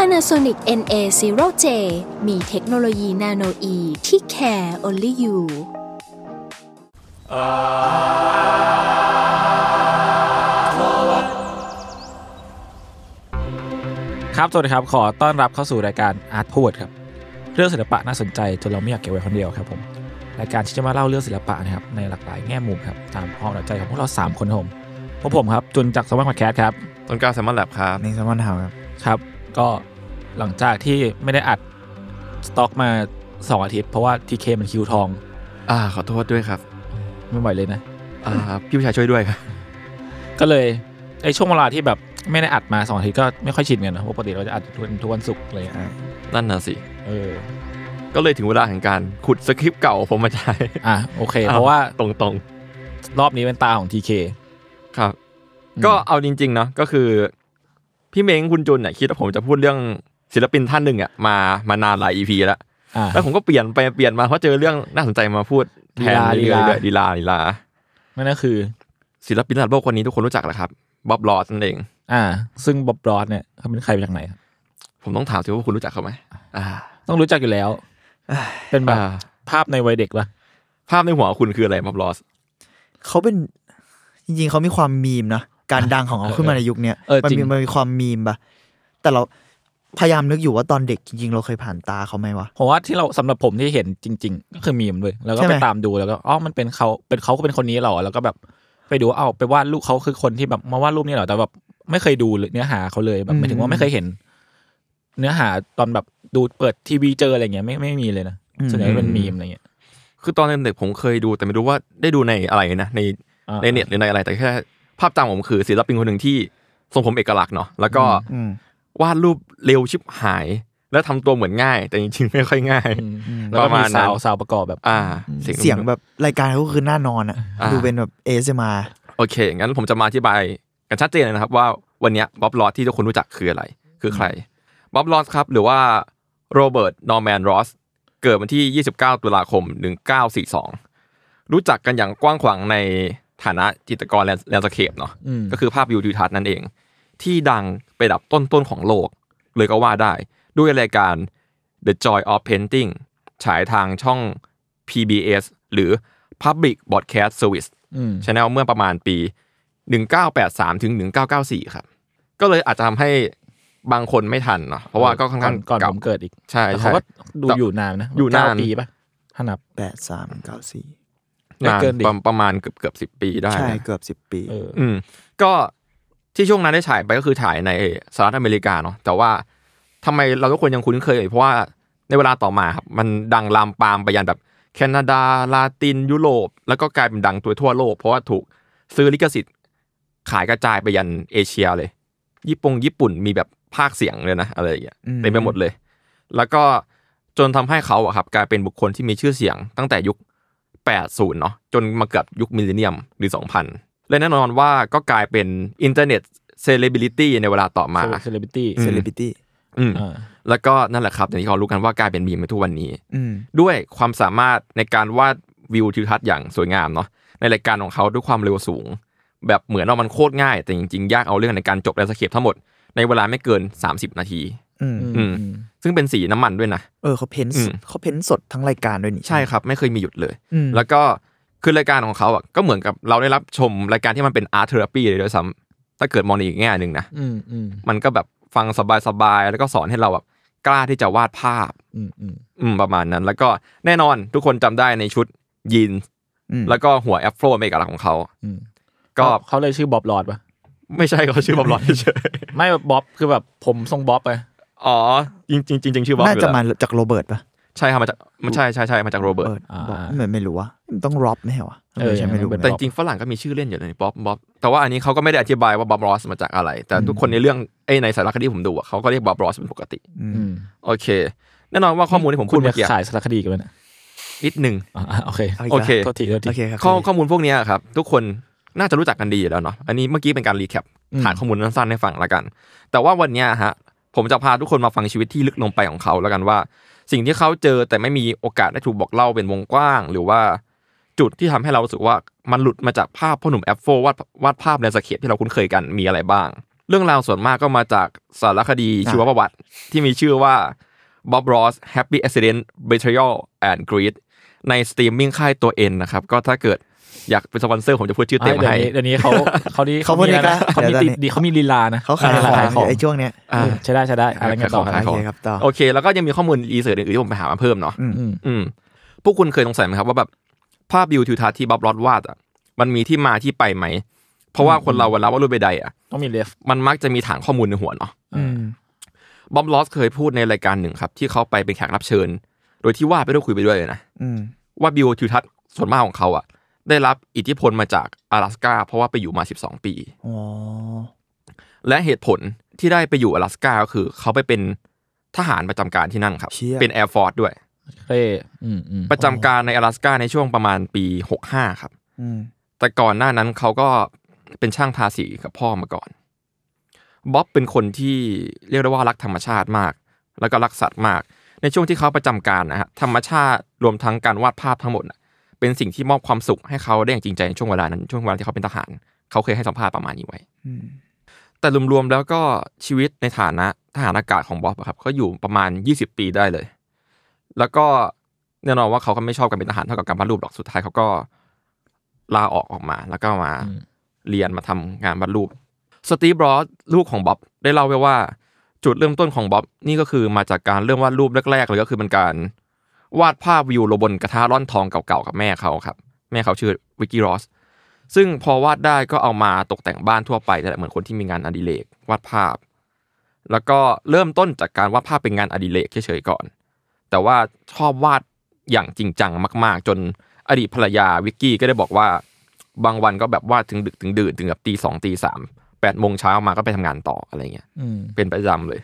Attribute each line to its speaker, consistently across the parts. Speaker 1: Panasonic NA0J มีเทคโนโลยีนาโนอีที่ care only you
Speaker 2: ครับสวัสดีครับ ขอต้อนรับเข้าสู่รายการ Art p o w e r ครับ เรื่องศิลปะน่าสนใจจนเราไม่อยากเก็บไว้คนเดียวครับผม รายการที่จะมาเล่าเรื่องศิลปะนะครับในหลากหลายแง่มุมครับตามความสนใจของพวกเรา 3 คนครับผมพวกผมครับ จุนจากสมาร์ทพอดแคสต์ครับ
Speaker 3: ต้นกล้าแซมมอนแลบครับ
Speaker 4: นี่แซมมอนเฮาครับ
Speaker 2: ครับ ก็หลังจากที่ไม่ได้อัดสต็อกมา 2 อาทิตย์ เพราะว่าทีเคมันคิวทอง
Speaker 3: อ่าขอโทษด้วยครับ
Speaker 2: ไม่ไหวเลยนะ
Speaker 3: อ่าพี่ผู้ชายช่วยด้วยครับ
Speaker 2: ก็เลยไอช่วงเวลาที่แบบไม่ได้อัดมา2อาทิตย์ก็ไม่ค่อยชินกันนะเพราะปกติเราจะอัดทุกวันทุกวันศุกร์อะไรอย่างเลย
Speaker 3: นั่นน่ะสิ
Speaker 2: เออ
Speaker 3: ก็เลยถึงเวลาแห่งการขุดสคริปต์เก่าผมมาใช้
Speaker 2: อ่ะโอเค เพราะว่า
Speaker 3: ตรง
Speaker 2: รอบนี้เป็นตาของทีเค
Speaker 3: ๆครับ ก็เอาจริงๆเนาะก็คือ พี่เม้งคุณจุนเนี่ยคิดว่าผมจะพูดเรื่องศิลปินท่านหนึ่งอ่ะมามานานหลายอีพีแล้ว
Speaker 2: อ่ะ
Speaker 3: แล้วผมก็เปลี่ยนไปเปลี่ยนมาเพราะเจอเรื่องน่าสนใจมาพูดแทน
Speaker 2: ลี
Speaker 3: เรื่
Speaker 2: ลา
Speaker 3: อยๆดีลาดีลา
Speaker 2: นั่นก็คือ
Speaker 3: ศิลปินระดับโลกคนนี้ทุกคนรู้จักแหละครับบ๊อบลอสนั่นเอง
Speaker 2: อ่า ซึ่งบ๊อบรอดเนี่ยเขาเป็นใครมาจากไหนครับ
Speaker 3: ผมต้องถามสิว่าคุณรู้จักเขาไหมอ่า
Speaker 2: ต้องรู้จักอยู่แล้ว เป็นแบบ
Speaker 3: อ่า
Speaker 2: ภาพในวัยเด็กปะ
Speaker 3: ภาพในหัวคุณคืออะไรบ๊อบลอส
Speaker 4: เขาเป็น จริงๆเขามีความมีมนะ การดังของเขาขึ้นมาในยุคเนี้ย
Speaker 2: เออ
Speaker 4: มั
Speaker 2: จริง
Speaker 4: มีมันมีความมีมปะแต่เราพยายามนึกอยู่ว่าตอนเด็กจริงๆเราเคยผ่านตาเขาไหมวะ
Speaker 2: ผมว่าที่เราสำหรับผมที่เห็นจริง ๆ ก็คือมีมเลยแล้วก็
Speaker 4: ใช่ไห
Speaker 2: ไป
Speaker 4: ม
Speaker 2: ตามดูแล้วก็อ๋อมันเป็นเขาเป็นเขาก็เป็นคนนี้เหรอแล้วก็แบบไปดูเอาไปวาดรูปเขาคือคนที่แบบมาวาดรูปนี่เหรอแต่แบบไม่เคยดูเนื้อหาเขาเลยแบบหมายถึงว่าไม่เคยเห็น เนื้อหาตอนแบบดูเปิดทีวีเจออะไรเงี้ยไม่ไม่มีเลยนะส่วนใหญ่เป็นมีมอะไรเงี้ย
Speaker 3: คือตอนเด็กๆผมเคยดูแต่ไม่รู้ว่าได้ดูในอะไรนะใน
Speaker 2: อ่า
Speaker 3: ในเน็ตหรือในอะไรแต่แค่ภาพจำผมคือศิลปินคนหนึ่งที่ทรงผมเอกลักษณ์เนาะแล้วก็
Speaker 4: อืม
Speaker 3: วาดรูปเร็วชิบหาย แล้วทำตัวเหมือนง่าย แต่จริงๆ ไม่ค่อยง่าย
Speaker 2: อืมแล้วก็
Speaker 3: ประ
Speaker 2: มี
Speaker 3: มาณ
Speaker 2: สา
Speaker 3: นั้น
Speaker 2: วสาวประกอบแบบ
Speaker 3: อ่า
Speaker 4: เสียงแบบรายการเขาคือหน้านอนอะ
Speaker 3: า
Speaker 4: ดูเป็นแบบเอสมา
Speaker 3: โอเคงั้นผมจะมาอธิบายกันชัดเจนเลยนะครับ ว่าวันเนี้บ๊อบลอสที่ทุกคนรู้จักคืออะไร คือใครบ๊อบลอสครับ หรือว่าโรเบิร์ตนอร์แมนรอสเกิดวันที่ 29 ตุลาคม 1942 รู้จักกันอย่างกว้างขวางในฐานะจิตรกรแลนด์แลนด์สเคปเนาะ
Speaker 2: อืม
Speaker 3: ก็คือภาพวิวทิวทัศน์นั่นเอง ที่ดังไประดับต้นๆของโลก เลยก็ว่าได้ด้วยรายการ The Joy of Painting ฉายทางช่อง PBS หรือ Public Broadcast Service
Speaker 2: อืม
Speaker 3: ชาแนลเมื่อประมาณปี 1983 ถึง 1994 ครับ ก็เลยอาจจะทำให้บางคนไม่ทันเนาะเพราะว่าก็ค่อนข้าง
Speaker 2: ก่อน
Speaker 3: เา
Speaker 2: ผมเกิดอีก
Speaker 3: ใช่
Speaker 2: แต่เขา
Speaker 3: ใช่
Speaker 2: ก็ดูอยู่นานนะ
Speaker 3: อยู่นาน
Speaker 2: เก้ปีป่ะถ้านับ
Speaker 4: แปดสามเก้าสี่
Speaker 2: ไม่เกินดิ
Speaker 3: ประมาณประมาณเกือบเกือบสิบปีได้
Speaker 4: ใช่
Speaker 3: นะ
Speaker 4: เกือบสิบ10 ปี
Speaker 2: เออ
Speaker 3: อืมก็ที่ช่วงนั้นได้ฉายไปก็คือฉายในสหรัฐอเมริกาเนาะแต่ว่าทำไมเราทุกคนยังคุ้นเคย เพราะว่าในเวลาต่อมาครับ มันดังลามปามไปยันแบบแคนาดาลาตินยุโรป แล้วก็กลายเป็นดังตัวทั่วโลก เพราะว่าถูกซื้อลิขสิทธิ์ขายกระจายไปยันเอเชียเลย ญี่ปุ่งญี่ปุ่นมีแบบภาคเสียงเลยนะอะไรอย่างเงี้ย
Speaker 4: อืม
Speaker 3: เต็มไปหมดเลย แล้วก็จนทำให้เขาอะครับกลายเป็นบุคคลที่มีชื่อเสียงตั้งแต่ยุค 80 เนาะจนมาเกือบยุคมิลเลนเนียมหรือ 2000 และแน่นอนว่าก็กลายเป็นอินเทอร์เน็ตเซเลบริตี้ในเวลาต่อมา
Speaker 2: เซเลบริตี้
Speaker 3: อื
Speaker 4: เซเลบริตี้
Speaker 3: อืม
Speaker 2: อ่า
Speaker 3: แล้วก็นั่นแหละครับอย่างที่เขารู้กันว่ากลายเป็นมีมในทุกวันนี้
Speaker 4: อืม
Speaker 3: ด้วยความสามารถในการวาดวิวทิวทัศน์อย่างสวยงามเนาะในรายการของเขาด้วยความเร็วสูง แบบเหมือนว่ามันโคตรง่าย แต่จริงๆ ยากเอาเรื่องในการจบแลนสเคปทั้งหมดในเวลาไม่เกิน 30 นาที
Speaker 4: อืม
Speaker 3: อืม ซึ่งเป็นสีน้ำมันด้วยนะ
Speaker 4: เออเขาเพ้น
Speaker 3: อืม
Speaker 4: เขาเพ้นสดทั้งรายการด้วยนี่
Speaker 3: ใช่ครับ ไม่เคยมีหยุดเลย
Speaker 4: อืม
Speaker 3: แล้วก็คือรายการของเขาอ่ะก็เหมือนกับเราได้รับชมรายการที่มันเป็นอาร์ตเทอราปีเลยด้วยซ้ำถ้าเกิดมองในอีกแง่หนึ่งนะ
Speaker 2: อืมอืม
Speaker 3: มันก็แบบฟังสบายๆแล้วก็สอนให้เราแบบกล้าที่จะวาดภาพ
Speaker 2: อืมอืม
Speaker 3: อืมประมาณนั้น แล้วก็แน่นอนทุกคนจำได้ในชุดยีนส์
Speaker 4: อืม
Speaker 3: แล้วก็หัวแอฟโฟรเมกลักษณ์ของเขา
Speaker 2: อืม
Speaker 3: ก็
Speaker 2: เขาเลยชื่อบ๊อบลอดปะ
Speaker 3: ไม่ใช่เขาชื่อบอบลอดเฉย
Speaker 2: ไม่แบบบ๊อบคือแบบผมทรงบ๊อบไป
Speaker 3: ๆอ๋อจริงจริงจริงๆชื่อบอบ
Speaker 4: น่า
Speaker 3: อยู่แล้
Speaker 4: จะ
Speaker 3: ว
Speaker 4: มาจากโรเบิร์ตปะ
Speaker 3: ใช่ครับมาจากไม่ใช่ใช่ใช่มาจากโรเบิร์ต
Speaker 4: เบิร์ตบอกเหมือนไม่รู้ว่าต้องร็อบไม่ใช่วะ
Speaker 2: เออ
Speaker 4: ใช่ไม่รู้
Speaker 2: เป็น
Speaker 3: แต่จริงๆฝรั่งก็มีชื่อเล่นอยู่ในบ๊อบบ๊อบแต่ว่าอันนี้เขาก็ไม่ได้อธิบายว่าบ๊อบรอสมาจากอะไร แต่ทุกคนในเรื่องไอ้ยในสารคดีผมดูอะเขาก็เรียกบ๊อบรอสเป็นปกติ
Speaker 2: อืม
Speaker 3: โอเค แน่นอนว่าข้อมูลที่ผมพูด
Speaker 2: คุณ
Speaker 3: เมื่อกี้
Speaker 2: จะขายสารคดีกันไหมเนี่ย
Speaker 3: นิดหนึ่ง
Speaker 2: อ่า โอเค
Speaker 4: า
Speaker 3: โอเค
Speaker 2: โทษทีโทษที
Speaker 4: โอเคครับ
Speaker 3: ข้อข้อมูลพวกเนี้ยครับ ทุกคนน่าจะรู้จักกันดีอยู่แล้วเนาะอันนี้เมื่อกี้เป็นการรีแคป
Speaker 2: อืม
Speaker 3: ฐานข้อมูลสั้นๆให้ฟังละกัน แต่ว่าวันเนี้ยฮะผมจะพาทุกคนมาฟังชีวิตที่ลึกลงไปของเขาแล้วกันว่า สิ่งที่เขาเจอแต่ไม่มีโอกาสได้ถูกบอกเล่าเป็นวงกว้าง หรือว่าจุดที่ทำให้เรารู้สึกว่ามันหลุดมาจากภาพพ่อหนุ่มแอปโฟวาดวาดภาพแลนด์สเคปที่เราคุ้นเคยกันมีอะไรบ้าง เรื่องราวส่วนมากก็มาจากสารคดีชีวประวัติ ที่มีชื่อว่า Bob Ross Happy Accident Betrayal and Greed ในสตรีมมิ่งค่ายตัวเอ็นนะครับ ก็ถ้าเกิดอยากเป็นสปอนเซอร์ผมจะพูดชื่อเต็ม
Speaker 2: เดี๋ยว
Speaker 3: ให้
Speaker 2: นี้เดี๋ยวนี้เขาเขา ดี
Speaker 4: เขาพูด
Speaker 2: มี
Speaker 4: อี
Speaker 2: อะไร
Speaker 4: กแล้
Speaker 2: นะ
Speaker 4: ว
Speaker 2: เขามี
Speaker 4: ดี๋ยวต
Speaker 2: ดี
Speaker 4: อนนี้
Speaker 2: ดีเขามีลีลานะ
Speaker 4: เขาขาย
Speaker 2: ออ
Speaker 4: ของ
Speaker 2: ขายของ
Speaker 4: ไอ้ช่วงเนี้ย
Speaker 3: อ่า
Speaker 2: ใช่ได้ใช่ได้อะไรเงี้ยต่อ
Speaker 3: ขายขอ
Speaker 4: โอ
Speaker 3: ง
Speaker 4: เคครับต่อ
Speaker 3: โอเค แล้วก็ยังมีข้อมูลรีเสิร์ชอื่นๆที่ผมไปหามาเพิ่มเนาะ
Speaker 2: อืม
Speaker 3: อืมพวกคุณเคยสงสัยไหมครับว่าแบบภาพวิวทิวทัศน์ที่บ๊อบรอดวาดอ่ะมันมีที่มาที่ไปไหม เพราะว่าคนเราเวลาวาดรูปใดๆอ่ะ
Speaker 2: ต้องมีเลฟ
Speaker 3: มันมักจะมีฐานข้อมูลในหัวเนาะ
Speaker 4: อืม
Speaker 3: บ๊อบลอสเคยพูดในรายการหนึ่งครับ ที่เขาไปเป็นแขกรับเชิญ โดยที่วาดไปด้วยคุยไปด้วยเลยนะ
Speaker 4: อืม
Speaker 3: ว่าบิวทิวทัศน์ส่วนมากของเขาอะได้รับอิทธิพลมาจาก阿拉斯กาเพราะว่าไปอยู่มา 12 ปี
Speaker 4: อ๋อ
Speaker 3: และเหตุผลที่ได้ไปอยู่阿拉斯กาก็คือ เขาไปเป็นทหารประจำการที่นั่นครับ
Speaker 4: เชี่ย
Speaker 3: เป็นแอร์ฟอร์ดด้วย
Speaker 2: เท่อืมอืม
Speaker 3: ประจำการใน阿拉斯กาในช่วงประมาณปี 65 ครับ
Speaker 4: อืม
Speaker 3: แต่ก่อนหน้านั้นเขาก็เป็นช่างทาสีกับพ่อมาก่อนบ๊อบเป็นคนที่เรียกได้ว่ารักธรรมชาติมาก แล้วก็รักสัตว์มาก ในช่วงที่เขาประจำการนะฮะธรรมชาติรวมทั้งการวาดภาพทั้งหมดน่ะเป็นสิ่งที่มอบความสุขให้เขาได้อย่างจริงใจในช่วงเวลานั้นช่วงเวลาที่เขาเป็นทหาร เขาเคยให้สัมภาษณ์ประมาณนี้ไว้
Speaker 4: อืม
Speaker 3: แต่รวมๆแล้วก็ชีวิตในฐานะทหารอากาศของบ๊อบอะครับเขาอยู่ประมาณ 20 ปีได้เลย แล้วก็แน่นอนว่าเขาก็ไม่ชอบการเป็นทหารเท่ากับการวาดรูปหรอกสุดท้ายเขาก็ลาออกออกมา แล้วก็มาเรียนมาทำงานวาดรูปสตีฟบรอสลูกของบ๊อบได้เล่าไว้ว่า จุดเริ่มต้นของบ๊อบนี่ก็คือมาจากการเริ่มวาดรูปแรกๆเลยก็คือเป็นการวาดภาพวิวลงบนกระทะร่อนทองเก่าๆกับแม่เขาครับ แม่เขาชื่อวิกกี้รอส ซึ่งพอวาดได้ก็เอามาตกแต่งบ้านทั่วไปนี่แหละเหมือนคนที่มีงานอดิเรกวาดภาพ แล้วก็เริ่มต้นจากการวาดภาพเป็นงานอดิเรกเฉยๆก่อน แต่ว่าชอบวาดอย่างจริงจังมากๆ จนอดีตภรรยาวิกกี้ก็ได้บอกว่า บางวันก็แบบวาดถึงดึกถึงดื่นถึงแบบตีสองตีสามแปดโมงเช้ามาก็ไปทำงานต่ออะไรเงี้ย
Speaker 2: อืม
Speaker 3: เป็นประจำเลย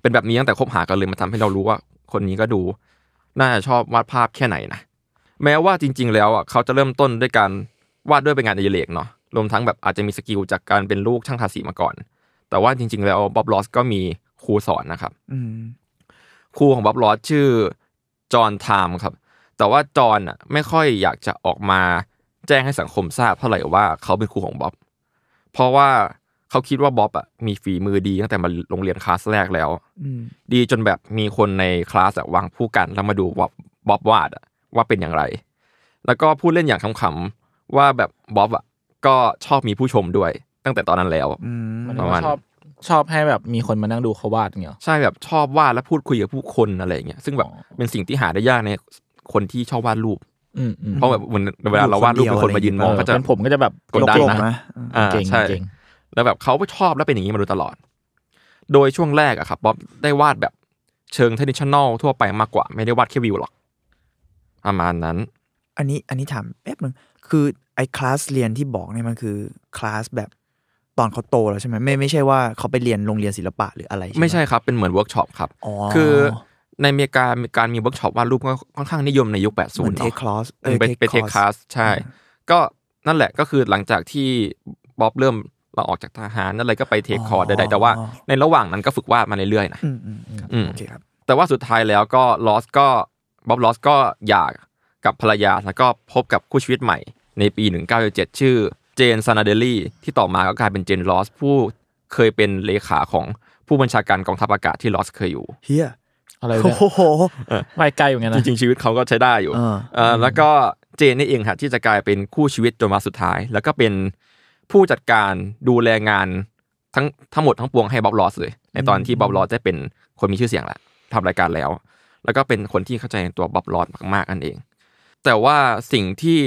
Speaker 3: เป็นแบบนี้ตั้งแต่คบหากันเลยมันทำให้เรารู้ว่า คนนี้ก็ดู น่าจะชอบวาดภาพแค่ไหนนะ แม้ว่าจริง ๆ แล้วอ่ะเขาจะเริ่มต้นด้วยการวาดด้วยเป็นงานอดิเรกเนาะ รวมทั้งแบบอาจจะมีสกิลจากการเป็นลูกช่างทาสีมาก่อน แต่ว่าจริง ๆ แล้วบ๊อบลอสก็มีครูสอนนะครับ
Speaker 4: อืม
Speaker 3: ครูของบ๊อบลอสชื่อจอห์นไทม์ครับ แต่ว่าจอห์นน่ะไม่ค่อยอยากจะออกมาแจ้งให้สังคมทราบเท่าไหร่ว่าเขาเป็นครูของบ๊อบเพราะว่าเขาคิดว่าบ๊อบอ่ะมีฝีมือดีตั้งแต่มาโรงเรียนคลาสแรกแล้ว
Speaker 4: อืม
Speaker 3: ดีจนแบบมีคนในคลาสอะวางผู้กันแล้วมาดูว่าบ๊อบวาดอะว่าเป็นอย่างไร แล้วก็พูดเล่นอย่างขำๆว่าแบบบ๊อบอะก็ชอบมีผู้ชมด้วยตั้งแต่ตอนนั้นแล้ว
Speaker 4: อืม
Speaker 2: มัน
Speaker 3: ประมาณ
Speaker 2: ชอบชอบให้แบบมีคนมานั่งดูเขาวาดอย่างเงี้ย
Speaker 3: ใช่แบบชอบวาดและพูดคุยกับผู้คนอะไรอย่างเงี้ยซึ่งแบบ
Speaker 2: อ๋อ
Speaker 3: เป็นสิ่งที่หาได้ยากในคนที่ชอบวาดรูป
Speaker 2: อืมอืม
Speaker 3: เพราะแบบเหมือนเวลาเราวาดรูปเป็นคนมายืนมองก็จะ
Speaker 2: เป็นผมก็จะแบบ
Speaker 3: กดดัน
Speaker 2: โลง
Speaker 3: นะ
Speaker 2: ๆ
Speaker 3: อ่า
Speaker 2: เก่ง
Speaker 3: ใช่
Speaker 2: เก่ง
Speaker 3: แล้วแบบเขาก็ชอบและเป็นอย่างนี้มาโดยตลอด โดยช่วงแรกอะครับบ๊อบได้วาดแบบเชิงเทนนิชันแนลทั่วไปมากกว่า ไม่ได้วาดแค่วิวหรอกประมาณนั้น
Speaker 4: อันนี้อันนี้ถามแป๊บหนึ่งคือไอ้คลาสเรียนที่บอกเนี่ยมันคือคลาสแบบตอนเขาโตแล้วใช่ไหมไม่ไม่ใช่ว่าเขาไปเรียนโรงเรียนศิลปะหรืออะไรใช่ห
Speaker 3: ไม่ใช่ครับ เป็นเหมือนเวิร์กช็อปครับ
Speaker 4: อ๋อ
Speaker 3: คือในอเมริกามีการมีเวิร์กช็อปวาดรูปก็ค่อนข้างนิยมในยุค 80
Speaker 4: เหมือน
Speaker 3: เน
Speaker 4: เทค
Speaker 3: อะ
Speaker 4: คลาส
Speaker 3: ไปไปเทคคลาสใช่ ก็นั่นแหละก็คือหลังจากที่บ๊อบเริ่มเราออกจากทหารอะไรก็ไปเทคคอร์สใดๆแต่ว่าในระหว่างนั้นก็ฝึกวาดมาเรื่อยๆนะ
Speaker 4: อืมอืมอืม
Speaker 3: อืม
Speaker 4: โอเคครับ
Speaker 3: แต่ว่าสุดท้ายแล้วก็ลอสก็บ๊อบลอสก็หย่ากับภรรยาแล้วก็พบกับคู่ชีวิตใหม่ ในปี 1977 ชื่อเจนซานาเดลลี่ที่ต่อมาก็กลายเป็นเจนลอสผู้เคยเป็นเลขาของผู้บัญชาการกองทัพอากาศที่ลอสเคยอยู่
Speaker 4: เฮีย
Speaker 2: ๆอะไร
Speaker 4: โอ้
Speaker 2: เนี่ย
Speaker 4: โห
Speaker 2: ไปไกลเหมือนกัน
Speaker 3: จ
Speaker 2: นะ
Speaker 3: ริงๆชีวิตเขาก็ใช้ได้อยู่
Speaker 4: เออ
Speaker 3: เอ่อแล้วก็เจนนี่เองฮะที่จะกลายเป็นคู่ชีวิตจนมาสุดท้าย แล้วก็เป็นผู้จัดการดูแลงานทั้งทั้งหมดทั้งปวงให้บ๊อบลอสเลย ในตอนที่บ๊อบลอสได้เป็นคนมีชื่อเสียงแล้วทำรายการแล้ว แล้วก็เป็นคนที่เข้าใจในตัวบ๊อบลอสมากๆนั่นเอง แต่ว่าสิ่งที่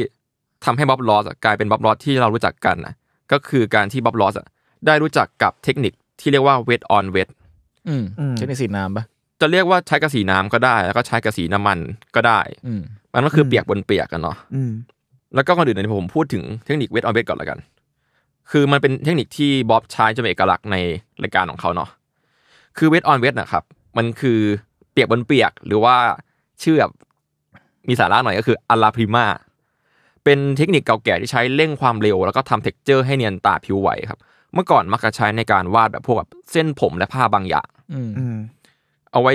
Speaker 3: ทำให้บ๊อบลอสอะกลายเป็นบ๊อบลอสที่เรารู้จักกันนะก็คือการที่บ๊อบลอสอะได้รู้จักกับเทคนิคที่เรียกว่าเวทออนเวท
Speaker 2: อืม
Speaker 4: อืม
Speaker 2: เช่นในสีน้ำปะ
Speaker 3: จะเรียกว่าใช้กระสีน้ำก็ได้แล้วก็ใช้กระสีน้ำมันก็ได้
Speaker 2: อืม
Speaker 3: มันก็คือเปียกบนเปียกกันเนาะ
Speaker 4: อืม
Speaker 3: แล้วก็ก่อนอื่นเนี่ยผมพูดถึงเทคนิคเวทออนเวทก่อนละกัน คือมันเป็นเทคนิคที่บ๊อบใช้จนเป็นเอกลักษณ์ในรายการของเขาเนาะ คือเวทออนเวทนะครับ มันคือ เปียกบนเปียก หรือว่าชื่อแบบมีสาระหน่อยก็คืออลาพิมาเป็นเทคนิคเก่าแก่ที่ใช้เร่งความเร็ว แล้วก็ทำเท็กเจอร์ให้เนียนตาผิวไหวครับ เมื่อก่อนมักจะใช้ในการวาดแบบพวกแบบเส้นผมและผ้าบางอย่าง
Speaker 2: อืม
Speaker 4: อืม
Speaker 3: เอาไว้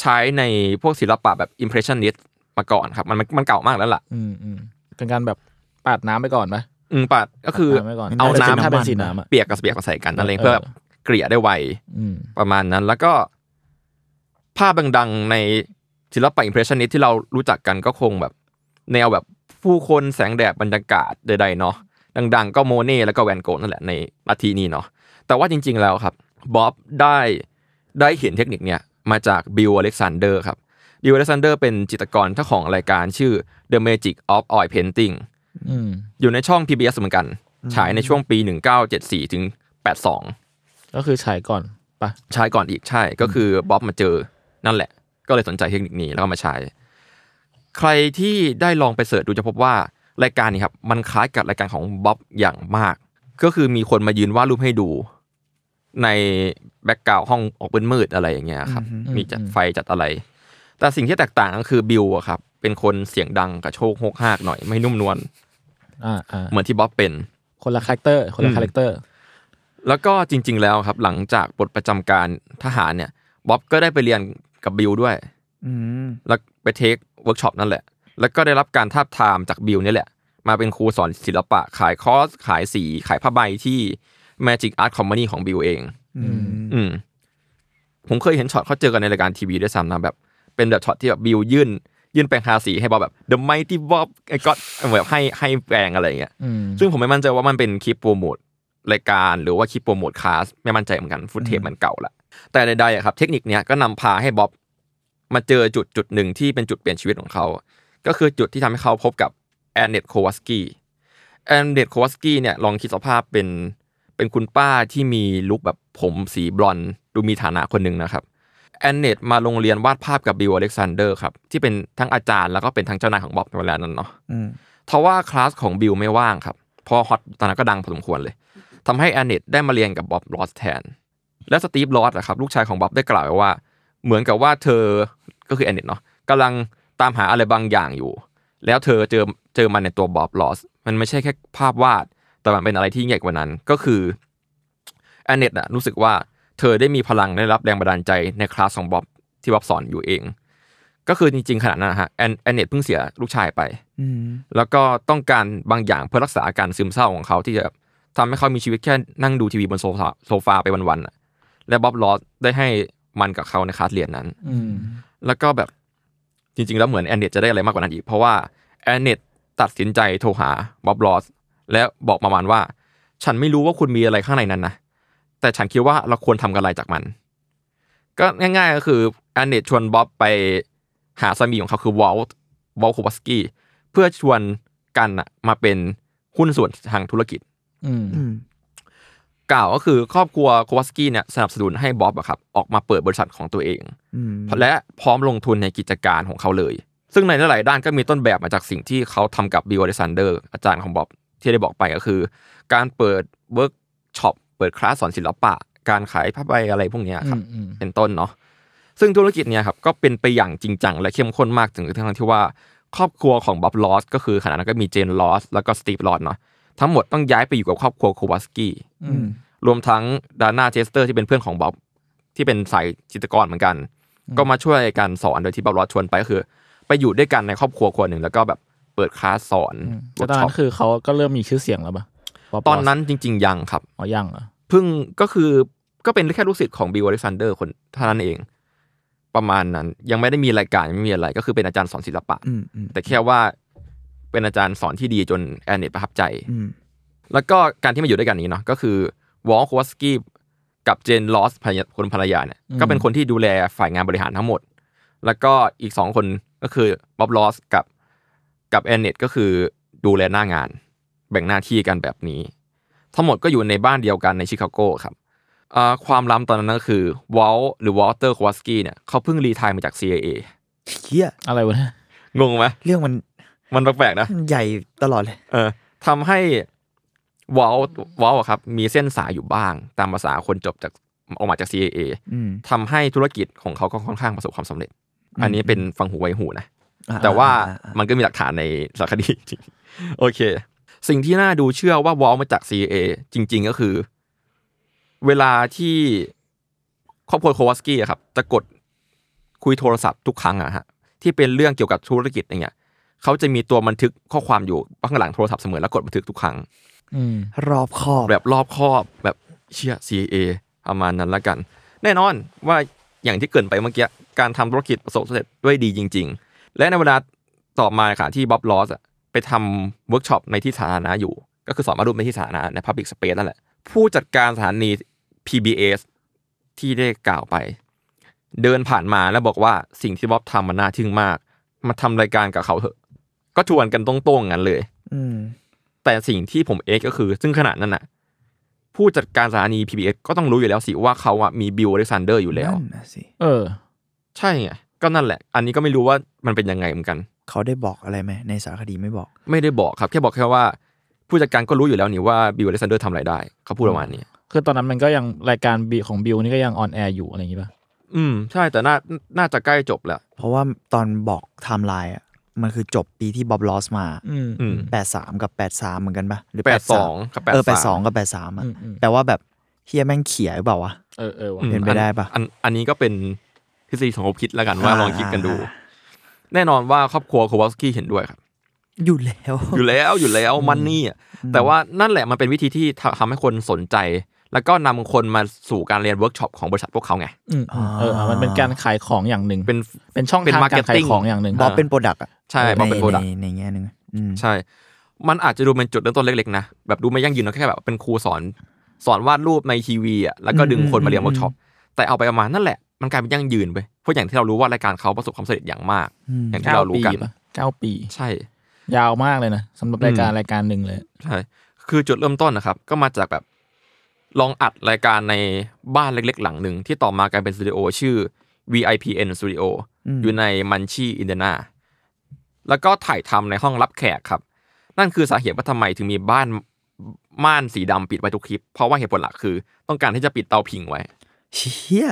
Speaker 3: ใช้ในพวกศิลปะแบบ impressionist มาก่อนครับ มันมันมันเก่ามากแล้วล่ะ
Speaker 2: อืมอืมเป็นการแบบปาดน้ำไปก่อนไหม
Speaker 3: อืมปะก็คือ
Speaker 2: ปาดน้ำไปก่อน
Speaker 3: เอาน้ำ
Speaker 2: ถ้าเป็นสีน้ำอ่ะ
Speaker 3: เปียกกับเปียกมาใส่กันอะไร
Speaker 2: เออ
Speaker 3: เพื่อแบบเกลี่ยได้ไว
Speaker 2: อืม
Speaker 3: ประมาณนั้นแล้วก็ภาพดังๆในศิลปะอิมเพรสชันนิสที่เรารู้จักกันก็คงแบบ แนวแบบผู้คนแสงแดดบรรยากาศใดๆเนาะดัง ๆ ก็โมเน่แล้วก็แวนโกะนั่นแหละในลัทธินี้เนาะแต่ว่าจริง ๆแล้วครับบ๊อบได้ได้เห็นเทคนิคเนี่ยมาจากบิลอเล็กซานเดอร์ครับบิลอเล็กซานเดอร์เป็นจิตรกรเจ้าของรายการชื่อ The Magic of Oil Painting
Speaker 2: อืม
Speaker 3: อยู่ในช่อง PBS เหมือนกัน ฉายในช่วงปี 1974ถึง82
Speaker 2: ก็คือฉายก่อนปะ
Speaker 3: ใช้ก่อนอีกใช่ก็คือบ๊อบมาเจอนั่นแหละ ก็เลยสนใจเทคนิคนี้แล้วก็มาใช้ ใครที่ได้ลองไปเสิร์ชดูจะพบว่ารายการนี้ครับ มันคล้ายกับรายการของบ๊อบอย่างมาก ก็คือมีคนมายืนวาดรูปให้ดู ในแบ็กกราวห้องออกเป็นมืดอะไรอย่างเงี้ยครับ
Speaker 4: อือฮึ
Speaker 3: มีจัดไฟจัดอะไร แต่สิ่งที่แตกต่างก็คือบิวอะครับ เป็นคนเสียงดังกับโชคโฮกฮากหน่อยไม่นุ่มนวล
Speaker 2: อ่าอ่า
Speaker 3: เหมือนที่บ๊อบเป็น
Speaker 2: คนละคาแรคเตอร์ คนละ
Speaker 3: อืม
Speaker 2: คาแรคเตอร์
Speaker 3: แล้วก็จริง ๆ แล้วครับ หลังจากปลดประจำการทหารเนี่ยบ๊อบก็ได้ไปเรียนกับบิวด้วย
Speaker 4: อืม
Speaker 3: แล้วไปเทคเวิร์กช็อปนั่นแหละ แล้วก็ได้รับการทาบทามจากบิลเนี่ยแหละ มาเป็นครูสอนศิลปะ ขายคอร์ส ขายสี ขายผ้าใบที่ Magic Art Company ของบิลเอง
Speaker 4: อืม
Speaker 3: อืม ผมเคยเห็นช็อตเขาเจอกันในรายการทีวีด้วยซ้ำนะแบบ เป็นแบบช็อตที่แบบบิลยื่น ยื่นแปรงทาสีให้บอบแบบ The Mighty Bob ไอ้ก็แบบให้ให้แปรงอะไรอย่างเงี้ย
Speaker 2: อืม
Speaker 3: ซึ่งผมไม่มั่นใจว่ามันเป็นคลิปโปรโมทรายการหรือว่าคลิปโปรโมทคลาสไม่มั่นใจเหมือนกันฟุตเทปมันเก่าละแต่ใดๆอะครับ เทคนิคเนี้ยก็นำพาให้บ๊อบมาเจอจุดจุดหนึ่งที่เป็นจุดเปลี่ยนชีวิตของเขา ก็คือจุดที่ทำให้เขาพบกับแอนเนตโควาสกี้แอนเนตโควาสกี้เนี่ยลองคิดสภาพเป็นเป็นคุณป้าที่มีลุคแบบผมสีบลอนด์ดูมีฐานะคนหนึ่งนะครับแอนเนตมาโรงเรียนวาดภาพกับบิลอเล็กซานเดอร์ครับที่เป็นทั้งอาจารย์แล้วก็เป็นทั้งเจ้านายของบ๊อบในเวลานั้นเนาะ
Speaker 4: อืม
Speaker 3: ทว่าคลาสของบิลไม่ว่างครับเพอฮอตตอนนั้นก็ดังพอสมควรเลยทำให้แอนเนตได้มาเรียนกับบ๊อบลอสแทน และสตีฟลอสอะครับลูกชายของบ๊อบได้กล่าวไว้ว่า เหมือนกับว่าเธอก็คือแอนเนตเนาะกำลังตามหาอะไรบางอย่างอยู่ แล้วเธอเจอเจอมันในตัวบ๊อบลอสมันไม่ใช่แค่ภาพวาด แต่มันเป็นอะไรที่ยิ่งใหญ่กว่านั้นก็คือแอนเนตอะรู้สึกว่าเธอได้มีพลังได้รับแรงบันดาลใจในคลาสของบ๊อบที่บ๊อบสอนอยู่เอง ก็คือจริงๆขนาดนั้นนะฮะแอนแอนเนตเพิ่งเสียลูกชายไป
Speaker 4: อืม
Speaker 3: แล้วก็ต้องการบางอย่างเพื่อรักษาอาการซึมเศร้าของเขาที่จะทำให้เขามีชีวิตแค่นั่งดูทีวีบนโซฟาโซฟาไปวันๆน่ะและบ๊อบลอสได้ให้มันกับเขาในคลาสเรียนนั้น
Speaker 2: อืม
Speaker 3: แล้วก็แบบจริง ๆ แล้วเหมือนแอนเนตจะได้อะไรมากกว่านั้นอีก เพราะว่าแอนเนตตัดสินใจโทรหาบ๊อบลอสและบอกประมาณว่า ฉันไม่รู้ว่าคุณมีอะไรข้างในนั้นนะแต่ฉันคิดว่าเราควรทำกันอะไรจากมัน ก็ง่ายๆก็คือแอนเนตชวนบ๊อบไปหาสามีของเขาคือวอลต์วอลโควัสกี้เพื่อชวนกันน่ะมาเป็นหุ้นส่วนทางธุรกิจ
Speaker 2: อืม
Speaker 4: อืม
Speaker 3: กล่าวก็คือครอบครัวโควัสกี้เนี่ยสนับสนุนให้บ๊อบอะครับออกมาเปิดบริษัทของตัวเอง
Speaker 4: อืม
Speaker 3: และพร้อมลงทุนในกิจการของเขาเลย ซึ่งในหลายๆด้านก็มีต้นแบบมาจากสิ่งที่เขาทำกับบิวอเดซันเดอร์อาจารย์ของบ๊อบที่ได้บอกไปก็คือ การเปิดเวิร์กช็อปเปิดคลาสสอนศิลปะ การขายผ้าใบอะไรพวกเนี้ยครับ
Speaker 2: อืม
Speaker 3: เป็นต้นเนาะซึ่งธุรกิจเนี่ยครับก็เป็นไปอย่างจริงจังและเข้มข้นมากถึงทั้งที่ว่า ครอบครัวของบ๊อบลอสก็คือขณะนั้นก็มีเจนลอสแล้วก็สตีฟลอสเนาะทั้งหมดต้องย้ายไปอยู่กับครอบครัวโควัสกี้
Speaker 2: อืม
Speaker 3: รวมทั้งดาน่าเจสเตอร์ที่เป็นเพื่อนของบ๊อบที่เป็นสายจิตรกรเหมือนกัน ก็มาช่วยกันสอนโดยที่บ๊อบรอดชวนไปก็คือ ไปอยู่ด้วยกันในครอบครัวครัวหนึ่งแล้วก็แบบเปิดคลาสสอน
Speaker 2: อืม
Speaker 3: เวิ
Speaker 2: แต่ตอน
Speaker 3: ร์กช็อ
Speaker 2: นั้
Speaker 3: ป
Speaker 2: นคือเขาก็เริ่มมีชื่อเสียงแล้วปะ Bob
Speaker 3: ตอน
Speaker 2: Ross
Speaker 3: นั้นจริง ๆ ยังครับ
Speaker 2: อ๋อยังเหรอ
Speaker 3: เพิ่งก็คือก็เป็นแค่ลูกศิษย์ของบิวอลิซันเดอร์คนเท่านั้นเอง ประมาณนั้นยังไม่ได้มีรายการไม่มีอะไรก็คือเป็นอาจารย์สอนศิลปะ
Speaker 4: อืมอืม
Speaker 3: แต่แค่ว่าเป็นอาจารย์สอนที่ดีจนแอนเนตประทับใจ
Speaker 4: อืม
Speaker 3: แล้วก็การที่มาอยู่ด้วยกันนี้เนาะก็คือวอลโควัสกี้กับเจนลอสภรรยาคนภรรยาเนี่ยก็เป็นคนที่ดูแลฝ่ายงานบริหารทั้งหมด แล้วก็อีกสองคนก็คือบ๊อบลอสกับกับแอนเนตก็คือดูแลหน้างาน แบ่งหน้าที่กันแบบนี้ ทั้งหมดก็อยู่ในบ้านเดียวกันในชิคาโกครับอ่าความล้ำตอนนั้นก็คือวอลหรือวอลเตอร์โควัสกี้เนี่ยเขาเพิ่งรีไทายมาจาก CIA
Speaker 4: เฮีย
Speaker 2: อะไรวะเนี่ย
Speaker 3: งงไหม
Speaker 4: เรื่องมัน
Speaker 3: มันแปลกๆนะ
Speaker 4: มันใหญ่ตลอดเลย
Speaker 3: เออทำให้วอลวอลอะครับ มีเส้นสายอยู่บ้าง ตามภาษาคนจบจาก ออกมาจาก CAA
Speaker 4: อืม
Speaker 3: ทำให้ธุรกิจของเขาก็ค่อนข้างประสบความสำเร็จ อันนี้เป็นฟังหูไวหูนะ
Speaker 4: อ่
Speaker 3: แต่ว่า
Speaker 4: อ่อ่อ่
Speaker 3: มันก็มีหลักฐานในสารคดีจริง โอเค สิ่งที่น่าดูเชื่อว่าวอลมาจาก CIA จริง ๆ ก็คือ เวลาที่ครอบครัวโควาสกี้อะครับจะกดคุยโทรศัพท์ทุกครั้งอะฮะที่เป็นเรื่องเกี่ยวกับธุรกิจอย่างเงี้ยเขาจะมีตัวบันทึกข้อความอยู่ข้างหลังโทรศัพท์เสมอแล้วกดบันทึกทุกครั้ง
Speaker 2: อืม
Speaker 4: รอบคอบ
Speaker 3: แบบรอบคอบแบบเชี่ย CIA ประมาณนั้นละกัน แน่นอนว่าอย่างที่เกรินไปเมื่อกี้การทำธุรกิจประสบความสำเร็จด้วยดีจริง ๆ และในเวลาต่อมาค่ะที่บ๊อบลอสอะไปทำเวิร์กช็อปในที่สาธารณะอยู่ ก็คือสอนมารูปในที่สาธารณะใน Public Space นั่นแหละ ผู้จัดการสถานี PBS ที่ได้กล่าวไป เดินผ่านมาแล้วบอกว่าสิ่งที่บ๊อบทำมันน่าทึ่งมาก มาทำรายการกับเขาเถอะ ก็ชวนกันตรงๆงั้นเลย
Speaker 4: อืม
Speaker 3: แต่สิ่งที่ผมเอ็กซ์ก็คือซึ่งขณะนั้นน่ะ ผู้จัดการสถานี PBS ก็ต้องรู้อยู่แล้วสิว่าเขาอะมีบิลอเล็กซานเดอร์อยู่แล้ว
Speaker 4: นั่นนะสิ
Speaker 2: เออ
Speaker 3: ใช่ไงก็นั่นแหละ อันนี้ก็ไม่รู้ว่ามันเป็นยังไงเหมือนกัน
Speaker 4: เขาได้บอกอะไรไหมในสารคดีไม่บอก
Speaker 3: ไม่ได้บอกครับ แค่บอกแค่ว่า ผู้จัดการก็รู้อยู่แล้วนี่ว่าบิลอเล็กซานเดอร์ทำอะไรได้ เขาพูดประมาณนี้
Speaker 2: คือตอนนั้นมันก็ยังรายการบีของบิวนี่ก็ยังออนแอร์อยู่อะไรอย่างงี้ป่ะ
Speaker 3: อืม ใช่แต่น่าน่าจะใกล้จบแล้ว
Speaker 4: เพราะว่าตอนบอกไทม์ไลน์อ่ะมันคือจบปีที่บ๊อบลอสมา
Speaker 2: อืม
Speaker 3: อืม
Speaker 4: 83 กับ 83 เหมือนกันปะหรือ
Speaker 3: แปดสอง
Speaker 4: 82
Speaker 3: กับแปด
Speaker 4: เออ82 กับ 83อ่ะ
Speaker 2: อืมอืม
Speaker 4: แปลว่าแบบเฮียแม่งเขียหรือเปล่าวะ
Speaker 2: เออเออว่ะ
Speaker 4: เป็นไปได้ปะ
Speaker 3: อันอันนี้ก็เป็นทฤษฎีสมคบคิดแล้วกันว่า
Speaker 4: อ่า
Speaker 3: ลองคิดกันดู แน่นอนว่าครอบครัวโควอสกี้เห็นด้วยครับ
Speaker 4: อยู่แล้ว
Speaker 3: อยู่แล้วอยู่แล้วมันนี่อะแต่ว่านั่นแหละมันเป็นวิธีที่ทำทำให้คนสนใจ แล้วก็นำคนมาสู่การเรียนเวิร์กช็อปของบริษัทพวกเขาไง
Speaker 2: อืมเอออ่ะมันเป็นการขายของอย่างหนึ่ง
Speaker 3: เป็น
Speaker 2: เป็นช่อง
Speaker 3: เป็น
Speaker 2: ทางการขาย
Speaker 3: marketing
Speaker 2: ของอย่างหนึ่ง
Speaker 4: บ๊อบเป็นโปรดักต์อ่ะ
Speaker 3: ใช่บ๊อบเป็น product
Speaker 4: ในในแง่หนึ่งอืม
Speaker 3: ใช่ มันอาจจะดูเป็นจุดเริ่มต้นเล็กๆนะ แบบดูไม่ยั่งยืนนะแค่แบบเป็นครูสอน สอนวาดรูปในทีวีอ่ะแล้วก็ดึงคนมาเรียนเวิร์กช็อปแต่เอาไปเอามานั่นแหละมันกลายเป็นยั่งยืนไปเพราะอย่างที่เรารู้ว่ารายการเขาประสบความสำเร็จอย่างมาก
Speaker 4: อืม
Speaker 3: อย่างที่
Speaker 2: เก้า
Speaker 3: เรารู้
Speaker 2: ปี
Speaker 3: กัน
Speaker 2: ป่ะเก้าปี
Speaker 3: ใช่
Speaker 2: ยาวมากเลยนะสำหรับรายการรายการหนึ่งเลย
Speaker 3: ใช่ คือจุดเริ่มต้นนะครับ ก็มาจากแบบ ลองอัดรายการในบ้านเล็กๆ หลังหนึ่งที่ต่อมากลายเป็นสตูดิโอชื่อ VIPN Studio อยู่ในมันชีอินเดนา แล้วก็ถ่ายทำในห้องรับแขกครับ นั่นคือสาเหตุว่าทำไมถึงมีบ้านม่านสีดำปิดไว้ทุกคลิป เพราะว่าเหตุผลหลักคือ ต้องการที่จะปิดเตาผิงไว้
Speaker 4: เชี่ย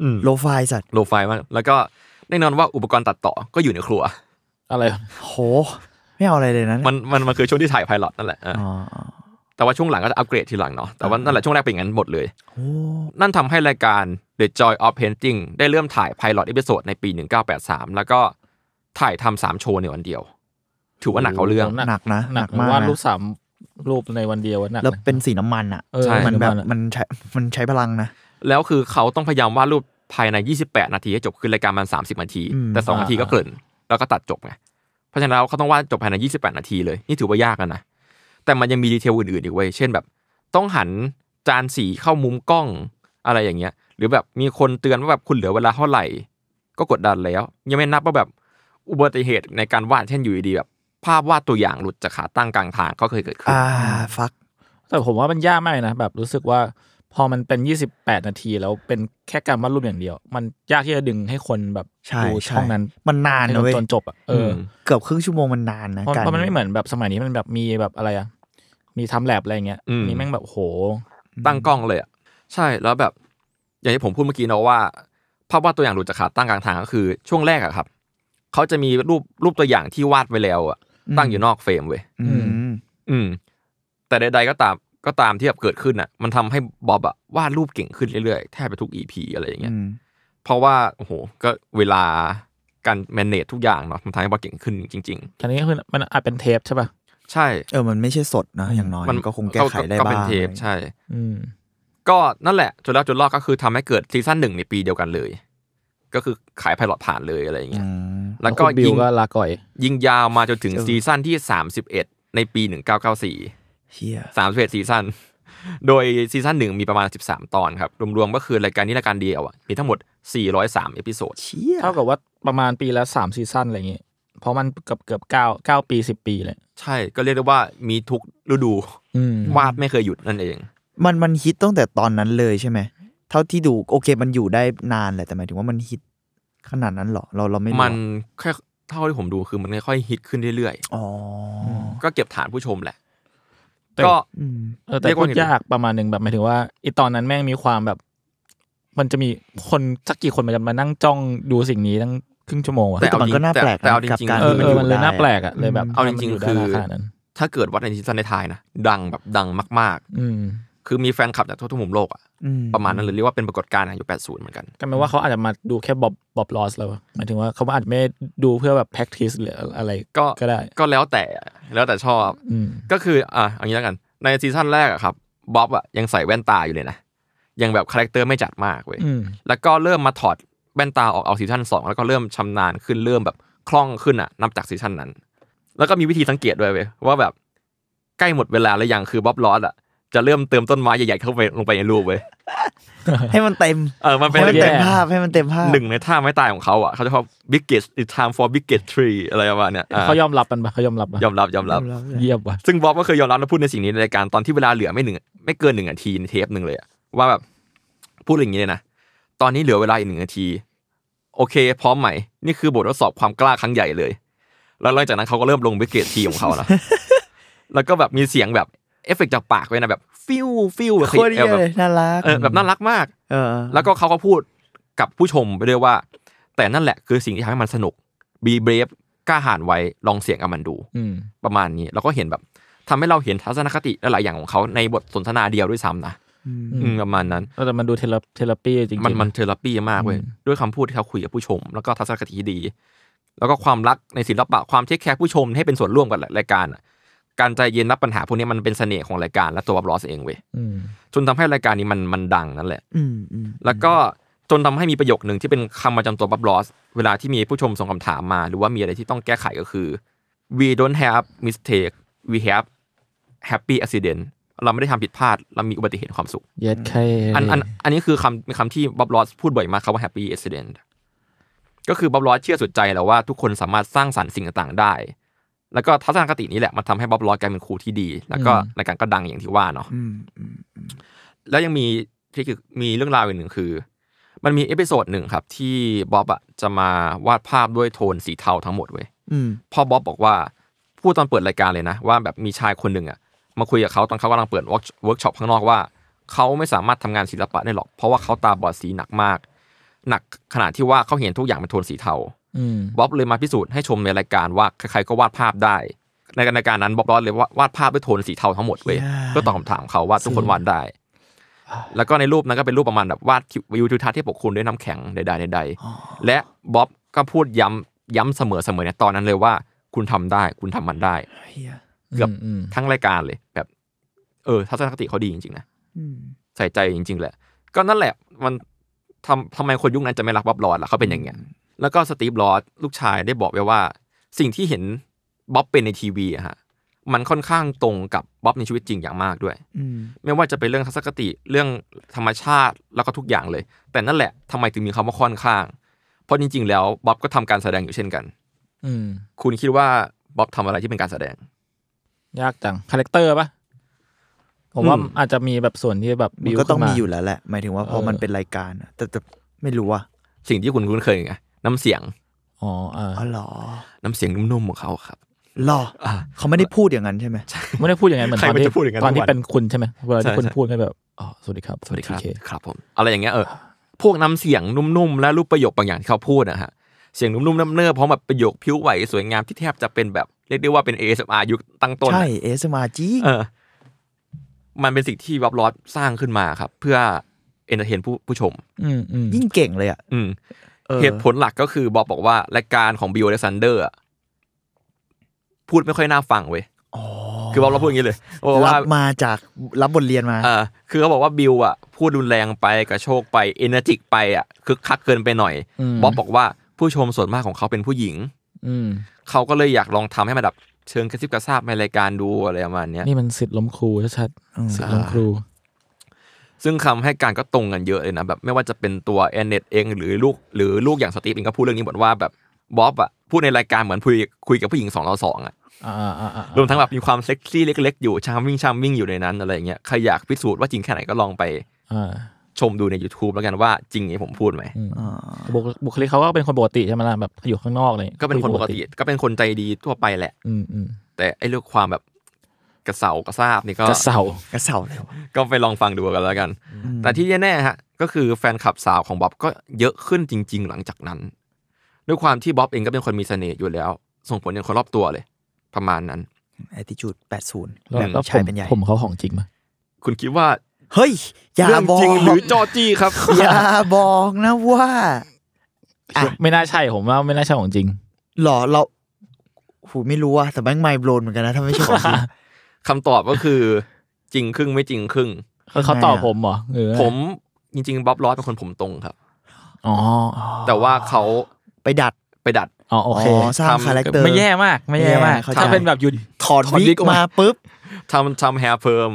Speaker 3: อืม
Speaker 4: โลไฟล์สัตว์
Speaker 3: โลไฟล์มาก แล้วก็แน่นอนว่าอุปกรณ์ตัดต่อก็อยู่ในครัว
Speaker 2: อะไรวะ
Speaker 4: โห ไม่เอาอะไรเลยนะ
Speaker 3: มันมันมันคือช่วงที่ถ่ายไพลอตนั่นแหละเออ
Speaker 4: อ๋ออ๋อ
Speaker 3: แต่ว่าช่วงหลังก็จะอัปเกรดทีหลังเนาะ แต่ว่านั่นแหละช่วงแรกเป็นอย่างนั้นหมดเลย
Speaker 4: โอ้
Speaker 3: นั่นทำให้รายการ The Joy of Painting ได้เริ่มถ่าย Pilot Episode ในปี 1983 แล้วก็ถ่ายทำสามโชว์ในวันเดียว ถือว่าหนักเอาเรื่อง
Speaker 4: หนักนะ
Speaker 2: ห
Speaker 4: ห
Speaker 2: นั
Speaker 4: นั
Speaker 2: กมาม
Speaker 4: กากก
Speaker 2: วาด
Speaker 4: นะ
Speaker 2: รูปสามรูปในวันเดียวอะหนัก
Speaker 4: แล้ว
Speaker 2: นะ
Speaker 4: เป็นสีน้ำมันอ่ะ
Speaker 2: เออ
Speaker 3: ใช่
Speaker 4: มันแบบ
Speaker 2: อะ
Speaker 4: มันใช้มันใช้พลังนะ
Speaker 3: แล้วคือเขาต้องพยายามวาดรูปภายใน 28 นาทีให้จบคือรายการมัน 30 นาที
Speaker 4: อืม
Speaker 3: แต่ 2 นาทีก็เกริ่น แล้วก็ตัดจบไง เพราะฉะนั้นแล้วเขาต้องวาดจบภายใน 28 นาทีเลย นี่ถือว่ายากแล้วนะ แต่มันยังมีดีเทลอื่นๆอีกเว้ย เช่นแบบ ต้องหันจานสีเข้ามุมกล้องอะไรอย่างเงี้ย หรือแบบมีคนเตือนว่าแบบคุณเหลือเวลาเท่าไหร่ ก็กดดันแล้ว ยังไม่นับว่าแบบอุบัติเหตุในการวาดเช่นอยู่ดีๆแบบภาพวาดตัวอย่างหลุดจากขาตั้งกลางทางก็เคยเกิดขึ้น
Speaker 4: อ่าฟัก
Speaker 2: แต่ผมว่ามันยากมากเลยนะแบบรู้สึกว่าพอมันเป็นยี่สิบแปดนาทีแล้วเป็นแค่การวาดรูปอย่างเดียว มันยากที่จะดึงให้คนแบบ
Speaker 4: ใช่
Speaker 2: ดู
Speaker 4: ใช่
Speaker 2: ช่องนั้น
Speaker 4: มันนาน
Speaker 2: ให้
Speaker 4: นะเว้ย
Speaker 2: จนจบอะเอออ
Speaker 4: เกือบครึ่งชั่วโมงมันนานนะ
Speaker 2: เพราะ
Speaker 4: การ
Speaker 2: เพราะมันไม่เหมือนแบบสมัยนี้มันแบบมีแบบอะไรอะมีทำแลบอะไรอย่างเงี้ย
Speaker 3: อืม
Speaker 2: มีแม่งแบบโห
Speaker 3: ตั้งกล้องเลยอ่ะใช่แล้วแบบ อย่างที่ผมพูดเมื่อกี้เนาะว่า ภาพวาดตัวอย่างหลุดจากขาตั้งกลางทางก็คือ ช่วงแรกอะครับเขาจะมีรูปรูปตัวอย่างที่วาดไว้แล้วอะ
Speaker 4: อืม
Speaker 3: ตั้งอยู่นอกเฟรมเว้ย
Speaker 4: อืม
Speaker 3: อืม แต่ใด ๆ ก็ตามก็ตามที่แบบเกิดขึ้นอะมันทำให้บ๊อบอะวาดรูปเก่งขึ้นเรื่อยๆแทบไปทุกอีพีอะไรอย่างเงี้ย เพราะว่าโอ้โหก็เวลาการแมネจทุกอย่างเนาะมันทำให้บ๊อบเก่งขึ้นจริง
Speaker 2: อันนี้ก็คือมันอาจเป็นเทปใช่ป่ะ
Speaker 3: ๆ ใช่
Speaker 4: เออ มันไม่ใช่สดนะ อย่างน้อย มันก็คงแก้ไขได้
Speaker 3: ก็
Speaker 4: บ้าง
Speaker 3: เป็นเทปใช่
Speaker 2: อืม
Speaker 3: ก็นั่นแหละจนแล้วจนรอดก็คือทำให้เกิดซีซั่นหนึ่งในปีเดียวกันเลย ก็คือขายไพลอตผ่านเลยอะไรอย่างเงี้
Speaker 4: อื
Speaker 3: ย
Speaker 4: ม
Speaker 3: แล้วก็
Speaker 2: คุณบิว
Speaker 3: ยิง
Speaker 2: ก็ลาก่อย
Speaker 3: ยิงยาวมาจนถึง
Speaker 4: เออ
Speaker 3: ซีซั่นที่ 31 ในปี 1994
Speaker 4: เฮีย
Speaker 3: 31ซีซั่น โดยซีซั่นหนึ่งมีประมาณ 13 ตอนครับ รวมๆก็คือรายการนี้รายการเดียวอะมีทั้งหมด 403 เอพิโซด
Speaker 4: เชี่ย
Speaker 2: เท่ากับว่าประมาณปีละสามซีซั่นอะไรอย่างเงี้ยเพราะมันเกือบเกือบเก้าเก้าปีสิบปีเลย
Speaker 3: ใช่ก็เรียกได้ว่ามีทุกฤดู
Speaker 2: อืม
Speaker 3: วาดไม่เคยหยุดนั่นเอง
Speaker 4: มันมันฮิตตั้งแต่ตอนนั้นเลยใช่ไหม เท่าที่ดูโอเคมันอยู่ได้นานแหละ แต่หมายถึงว่ามันฮิตขนาดนั้นเหรอ เราเราไม่รู้
Speaker 3: มันแค่เท่าที่ผมดูคือมันค่อยๆฮิตขึ้นเรื่อย
Speaker 4: อ๋อ
Speaker 3: ๆ ก็เก็บฐานผู้ชมแหละ
Speaker 2: แต่
Speaker 3: ก็
Speaker 4: อืม
Speaker 2: เออแต่
Speaker 3: เรียก
Speaker 2: พู
Speaker 3: ว่า
Speaker 2: ด
Speaker 3: ไงดี
Speaker 2: ยากประมาณหนึ่งแบบหมายถึงว่าไอตอนนั้นแม่งมีความแบบ มันจะมีคนสักกี่คนมันจะมานั่งจ้องดูสิ่งนี้ตั้งครึ่งชั่วโมงอะ
Speaker 3: แต่
Speaker 4: แต่
Speaker 3: เอา
Speaker 4: มัน
Speaker 3: จริง
Speaker 4: ก็น่าแปลก
Speaker 3: แต่เอาจริงๆ
Speaker 4: กับการ
Speaker 2: เออ
Speaker 4: ที่
Speaker 3: มั
Speaker 2: มั
Speaker 3: อ
Speaker 4: มันนอยู่ ยู่
Speaker 2: นเลย
Speaker 4: ได้
Speaker 2: น่าแปลกอะเลยแบบ
Speaker 3: เอาจริง
Speaker 2: มันยู่
Speaker 3: ๆ
Speaker 2: ได้
Speaker 3: คือ
Speaker 2: นานขนาดนั้น
Speaker 3: ถ้าเกิดวัดในทิสันในไทยนะดังแบบดังมาก
Speaker 2: อืม
Speaker 3: ๆ คือมีแฟนคลับจากทั่วทุกมุมโลกอะ
Speaker 4: อื
Speaker 3: ประมาณนั้นเลยเรียกว่าเป็นปรากฏการณ์ในยุค80 เหมือนกัน
Speaker 2: ก็แปลว่าเขาอาจจะมาดูแค่บอบบ๊อบลอสแล้วอะหมายถึงว่าเขาอาจไม่ดูเพื่อแบบ practice หรืออะไร
Speaker 3: ก็
Speaker 2: ก็ได้
Speaker 3: ก็แล้วแต่แล้วแต่ชอบ
Speaker 2: อืม
Speaker 3: ก็คืออ่ะเอย่างนี้แล้วกัน ในซีซั่นแรกอะครับบ๊อบอะยังใส่แว่นตาอยู่เลยนะ ยังแบบคาแรคเตอร์ไม่จัดมากเว้ย
Speaker 2: อืม
Speaker 3: แล้วก็เริ่มมาถอดแว่นตาออกเอาซีซั่นสองแล้วก็เริ่มชำนาญขึ้นเริ่มแบบคล่องขึ้นอะนับจากซีซั่นนั้น แล้วก็มีวิธีสังเกตด้วยเว้ยว่าแบบใกล้หมดเวลาแล้วยังคือบ๊อบลอสอะจะเริ่มเติมต้นไม้ใหญ่ๆเข้าไปลงไปในรูปเว้ย
Speaker 4: ให้มันเต็ม
Speaker 3: เออมันเป็น
Speaker 4: ให้มัน
Speaker 2: แย่
Speaker 4: เต็มภาพให้มันเต็มภาพ
Speaker 3: หนึ่งในท่าไม้ตายของเขาอะเขาจะชอบ biggest it's time for biggest tree อะไรประมาณเนี้ยอ่ะ
Speaker 2: เขายอมรับมันปะเขายอมรับปะ
Speaker 3: ยอมรับยอมรับ
Speaker 2: เยี่ยมว่ะ
Speaker 3: ซึ่งบ๊อบก็เคยยอมรับและพูดในสิ่งนี้ในรายการตอนที่เวลาเหลือไม่หนึ่งไม่เกินหนึ่งนาทีในเทปหนึ่งเลยอะว่าแบบพูดอย่างนี้เลยนะตอนนี้เหลือเวลาอีกหนึ่งนาที โอเค พร้อมใหม่นี่คือบททดสอบความกล้าครั้งใหญ่เลย แล้วหลังจากนั้นเขาก็เริ่มลงไปเกตทีของเขานะ แล้วก็แบบมีเสียงแบบเอฟเฟกต์จากปากไว้นะแบบ ฟิวฟิวแบบ
Speaker 4: โคตรเยอะเลยน่ารัก
Speaker 3: เออแบบน่ารักมาก
Speaker 4: เออ
Speaker 3: แล้วก็เขาก็พูดกับผู้ชมไปด้วยว่า แต่นั่นแหละคือสิ่งที่ทำให้มันสนุก be brave กล้าหาญไว้ลองเสี่ยงกับมันดู
Speaker 2: อืม
Speaker 3: ประมาณนี้เราก็เห็นแบบทำให้เราเห็นทัศนคติหลายๆอย่างของเขาในบทสนทนาเดียวด้วยซ้ำนะ
Speaker 4: อืม
Speaker 3: อืมประมาณนั้น
Speaker 2: แต่มันดูเทเลเทเลปีจริงๆ
Speaker 3: มันมันเทอราปีมากเว้ยด้วยคำพูดที่เขาคุยกับผู้ชม แล้วก็ทัศนคติที่ดี แล้วก็ความรักในศิลปะความเทคแคร์ผู้ชมให้เป็นส่วนร่วมกับรายการอะการใจเย็นรับปัญหาพวกนี้มันเป็นเสน่ห์ของรายการและตัวบลอสเองเว้ย
Speaker 2: อืม
Speaker 3: จนทำให้รายการนี้มันมันดังนั่นแหละ
Speaker 4: อืมอืม
Speaker 3: แล้วก็จนทำให้มีประโยคหนึ่งที่เป็นคำประจำตัวบับลอส เวลาที่มีผู้ชมส่งคำถามมา หรือว่ามีอะไรที่ต้องแก้ไขก็คือ we don't have mistake we have happy accident เราไม่ได้ทำผิดพลาด เรามีอุบัติเหตุความสุข
Speaker 2: เย็ดแค่
Speaker 3: อันอันอันนี้คือคำเป็นคำที่บับลอสพูดบ่อยมากครับว่า happy accident ก็คือบับลอสเชื่อสุดใจแล้วว่าทุกคนสามารถสร้างสรรค์สิ่งต่างๆได้ แล้วก็ทัศนคตินี้แหละมันทำให้บับลอสกลายเป็นครูที่ดี แล้วก็รายการก็ดังอย่างที่ว่าเนาะ
Speaker 4: อืมอืม
Speaker 3: แล้วยังมีที่คือมีเรื่องราวอีกหนึ่งคือ มันมีเอพิโซดหนึ่งครับ ที่บ๊อบอะจะมาวาดภาพด้วยโทนสีเทาทั้งหมดเว้ย
Speaker 4: อืม
Speaker 3: พ่อบ๊อบบอกว่าพูดตอนเปิดรายการเลยนะ ว่าแบบมีชายคนหนึ่งอะมาคุยกับเขาตอนเขากำลังเปิดเวิร์กช็อปข้างนอกว่า เขาไม่สามารถทำงานศิลปะได้หรอก เพราะว่าเขาตาบอดสีหนักมาก หนักขนาดที่ว่าเขาเห็นทุกอย่างเป็นโทนสีเทา
Speaker 2: อืม
Speaker 3: บ๊อบเลยมาพิสูจน์ให้ชมในรายการว่าใครๆก็วาดภาพได้ ในรายการนั้นบ๊อบรอดเลยวาดวาดภาพด้วยโทนสีเทาทั้งหมดเว้ยก็ตอบคำถามเขาว่าทุกคนวาดได้ แล้วก็ในรูปนั้นก็เป็นรูปประมาณแบบวาดวิวทิวทัศน์ที่ปกคลุมด้วยน้ำแข็งใดๆใดๆและบ๊อบก็พูดย้ำย้ำเสมอๆในตอนนั้นเลยว่า คุณทำได้ คุณทำมันได้
Speaker 4: เฮีย
Speaker 3: เกือบ
Speaker 2: อืม
Speaker 3: ทั้งรายการเลย แบบ เออทัศนคติเขาดีจริงๆนะ
Speaker 4: อืม
Speaker 3: ใส่ใจจริง ๆ แหละ ก็นั่นแหละมันทำทำไมคนยุคนั้นจะไม่รักบ๊อบลอดล่ะเขาเป็นอย่างเงี้ย แล้วก็สตีฟลอดลูกชายได้บอกไว้ว่า สิ่งที่เห็นบ๊อบเป็นในทีวีอะฮะมันค่อนข้างตรงกับบ๊อบในชีวิตจริงอย่างมากด้วย
Speaker 4: อืม
Speaker 3: ไม่ว่าจะเป็นเรื่องทัศนคติเรื่องธรรมชาติแล้วก็ทุกอย่างเลย แต่นั่นแหละทำไมถึงมีคำว่าค่อนข้าง เพราะจริง ๆ แล้วบ๊อบก็ทำการแสดงอยู่เช่นกัน
Speaker 2: อืม
Speaker 3: คุณคิดว่าบ๊อบทำอะไรที่เป็นการแสดง
Speaker 2: ยากจังคาแรคเตอร์ปะผมว่า
Speaker 3: อืม
Speaker 2: อาจจะมีแบบส่วนที่แบบ
Speaker 4: มัน
Speaker 2: บิว
Speaker 4: ก็ต้อง
Speaker 2: ขึ้นา
Speaker 4: มีอยู่แล้วแหละ หมายถึงว่าพอ
Speaker 2: เออ
Speaker 4: มันเป็นรายการอะแต่แต่ไม่รู้อะ
Speaker 3: สิ่งที่คุณคุ้นเคยไงน้ำเสียง
Speaker 2: อ๋อเออ
Speaker 4: อ๋อเหรอ
Speaker 3: น้ำเสียงนุ่มๆของเขาครับ
Speaker 4: เหรอเขาไม่ได้พูดอย่างนั้นใช่ไหม
Speaker 2: ไม่ได้พูดอย่างนั้นเหมือน
Speaker 3: ใคร
Speaker 2: ตอน
Speaker 3: มัน
Speaker 2: ที่
Speaker 3: จะพูดอย่างนั้น
Speaker 2: ตอนที่
Speaker 3: ทุกวัน
Speaker 2: เป็นคุณใช่ไหมเวลาที่
Speaker 3: ใช่
Speaker 2: คุณ
Speaker 3: ใช่
Speaker 2: พูดก็แบบอ๋อสวัสดีครับ
Speaker 3: สวัสดีครับ
Speaker 2: เค
Speaker 3: ครับผม อะไรอย่างเงี้ยเออ พวกน้ำเสียงนุ่มๆ และรูปประโยคบางอย่างที่เขาพูดนะฮะ เสียงนุ่มๆน้ำเนิบพร้อมแบบประโยคผิวไหวสวยงามที่แทบจะเป็นแบบเรียกได้ว่าเป็น ASMR ยุคตั้งต้น
Speaker 4: ใช่
Speaker 3: อะ
Speaker 4: เอสมาจี
Speaker 3: เออ มันเป็นสิ่งที่วับลอสสร้างขึ้นมาครับ เพื่อเอนเตอร์เทนผู้ผู้ชม
Speaker 2: อืมอืม
Speaker 4: ยิ่งเก่งเลยอะ
Speaker 3: อืม
Speaker 4: ออ
Speaker 3: เหตุผลหลักก็คือบอกบอกว่ารายการของบิวอเล็กซานเดอร์พูดไม่ค่อยน่าฟังเว้ย
Speaker 4: อ๋อ
Speaker 3: คือวับลอสพูดอย่างนี้เลยบอก
Speaker 4: รั
Speaker 3: ว่า
Speaker 4: บมาจากรับบทเรียนมา
Speaker 3: เออคือเขาบอกว่าบิวอ่ะพูดรุนแรงไปกระโชกไปเอเนจิกไปอ่ะคึกคักเกินไปหน่อยบ๊อบบอกว่าผู้ชมส่วนมากของเขาเป็นผู้หญิง
Speaker 2: อืม
Speaker 3: เขาก็เลยอยากลองทำให้มันแบบเชิงกระซิบกระซาบในรายการดูอะไรประมาณเนี้ย
Speaker 2: นี่มันสิทธิ์ล้มครูชัด
Speaker 4: อืม
Speaker 2: ๆสิทธิ์ล้มครู
Speaker 3: ซึ่งคำให้การก็ตรงกันเยอะเลยนะแบบไม่ว่าจะเป็นตัวแอนเนตเองหรือลูกหรือลูกอย่างสตีฟเองก็พูดเรื่องนี้หมดว่าแบบบ๊อบอ่ะพูดในรายการเหมือนคุยคุยกับผู้หญิงสองต่อสองอ่ะ
Speaker 2: อ่าอ่าอ่าร
Speaker 3: วมทั้งแบบมีความเซ็กซี่เล็ก ๆ อยู่ชามวิ่งชามวิ่งอยู่ในนั้นอะไรอย่างเงี้ยใครอยากพิสูจน์ว่าจริงแค่ไหนก็ลองไป
Speaker 2: อ่า
Speaker 3: ชมดูใน YouTube แล้วกันว่าจริงอย่างที่ผมพูดไหม
Speaker 2: อืม
Speaker 4: อ๋อ
Speaker 2: บุคบุคลิกเขาก็เป็นคนปกติใช่ไหมล่ะแบบอยู่ข้างนอกเลย
Speaker 3: ก็เป็นคนปกติก็เป็นคนใจดีทั่วไปแหละ
Speaker 2: อืมอืม
Speaker 3: แต่ไอ้เรื่องความแบบกระเซากระซาบนี่ก็
Speaker 2: จะเศร้าก
Speaker 4: ระเสาเลยวะ
Speaker 3: ก็ไปลองฟังดูกันแล้วกัน แต่ที่แน่ๆฮะ ก็คือแฟนคลับสาวของบ๊อบก็เยอะขึ้นจริง ๆ หลังจากนั้น ด้วยความที่บ๊อบเองก็เป็นคนมีเสน่ห์อยู่แล้ว ส่งผลยังคนรอบตัวเลย ประมาณนั้น
Speaker 4: แอติจูดแปดศูนย์
Speaker 2: แล้ว
Speaker 4: แบบ
Speaker 2: แล้วผ
Speaker 4: ชาย
Speaker 2: ม
Speaker 4: เป็นใหญ่
Speaker 2: ผมเขาของจริงไหม
Speaker 3: คุณคิดว่า
Speaker 4: เฮ้ย อย่า
Speaker 3: เรื่อง
Speaker 4: บอก
Speaker 3: จริงหรือจอจี้ครับ
Speaker 4: อย่าบอกนะว่า อ่ะ
Speaker 2: ไม่น่าใช่ผมว่าไม่น่าใช่ของจริง
Speaker 4: หรอเราหูไม่รู้ว่ะแต่แม่งไมโบรนเหมือนกันนะถ้าไม่ใช่ของจริง
Speaker 3: คำตอบก็คือจริงครึ่งไม่จริงครึ่ง
Speaker 2: เขาตอบผมเหรอหรือ
Speaker 3: ผมจริงๆบ๊อบลอสเป็นคนผมตรงครับ
Speaker 2: อ๋อ
Speaker 3: แต่ว่าเขา
Speaker 4: ไปดัด
Speaker 3: ไปดัด
Speaker 2: อ๋อโอเค
Speaker 4: อ๋อสร้าง
Speaker 3: ทำ
Speaker 4: คาแรคเตอร์
Speaker 2: ไม่แย่มากไม่แย่มาก
Speaker 4: ไม่แย่เข้าใจ
Speaker 2: ถ้าเป็นแบบหยุด
Speaker 4: ถอด
Speaker 2: ถอด
Speaker 4: วิ
Speaker 2: วิ
Speaker 4: ก
Speaker 2: กออกมา
Speaker 4: มาปุ๊บ
Speaker 3: ทำทำแฮร์เฟิร์ม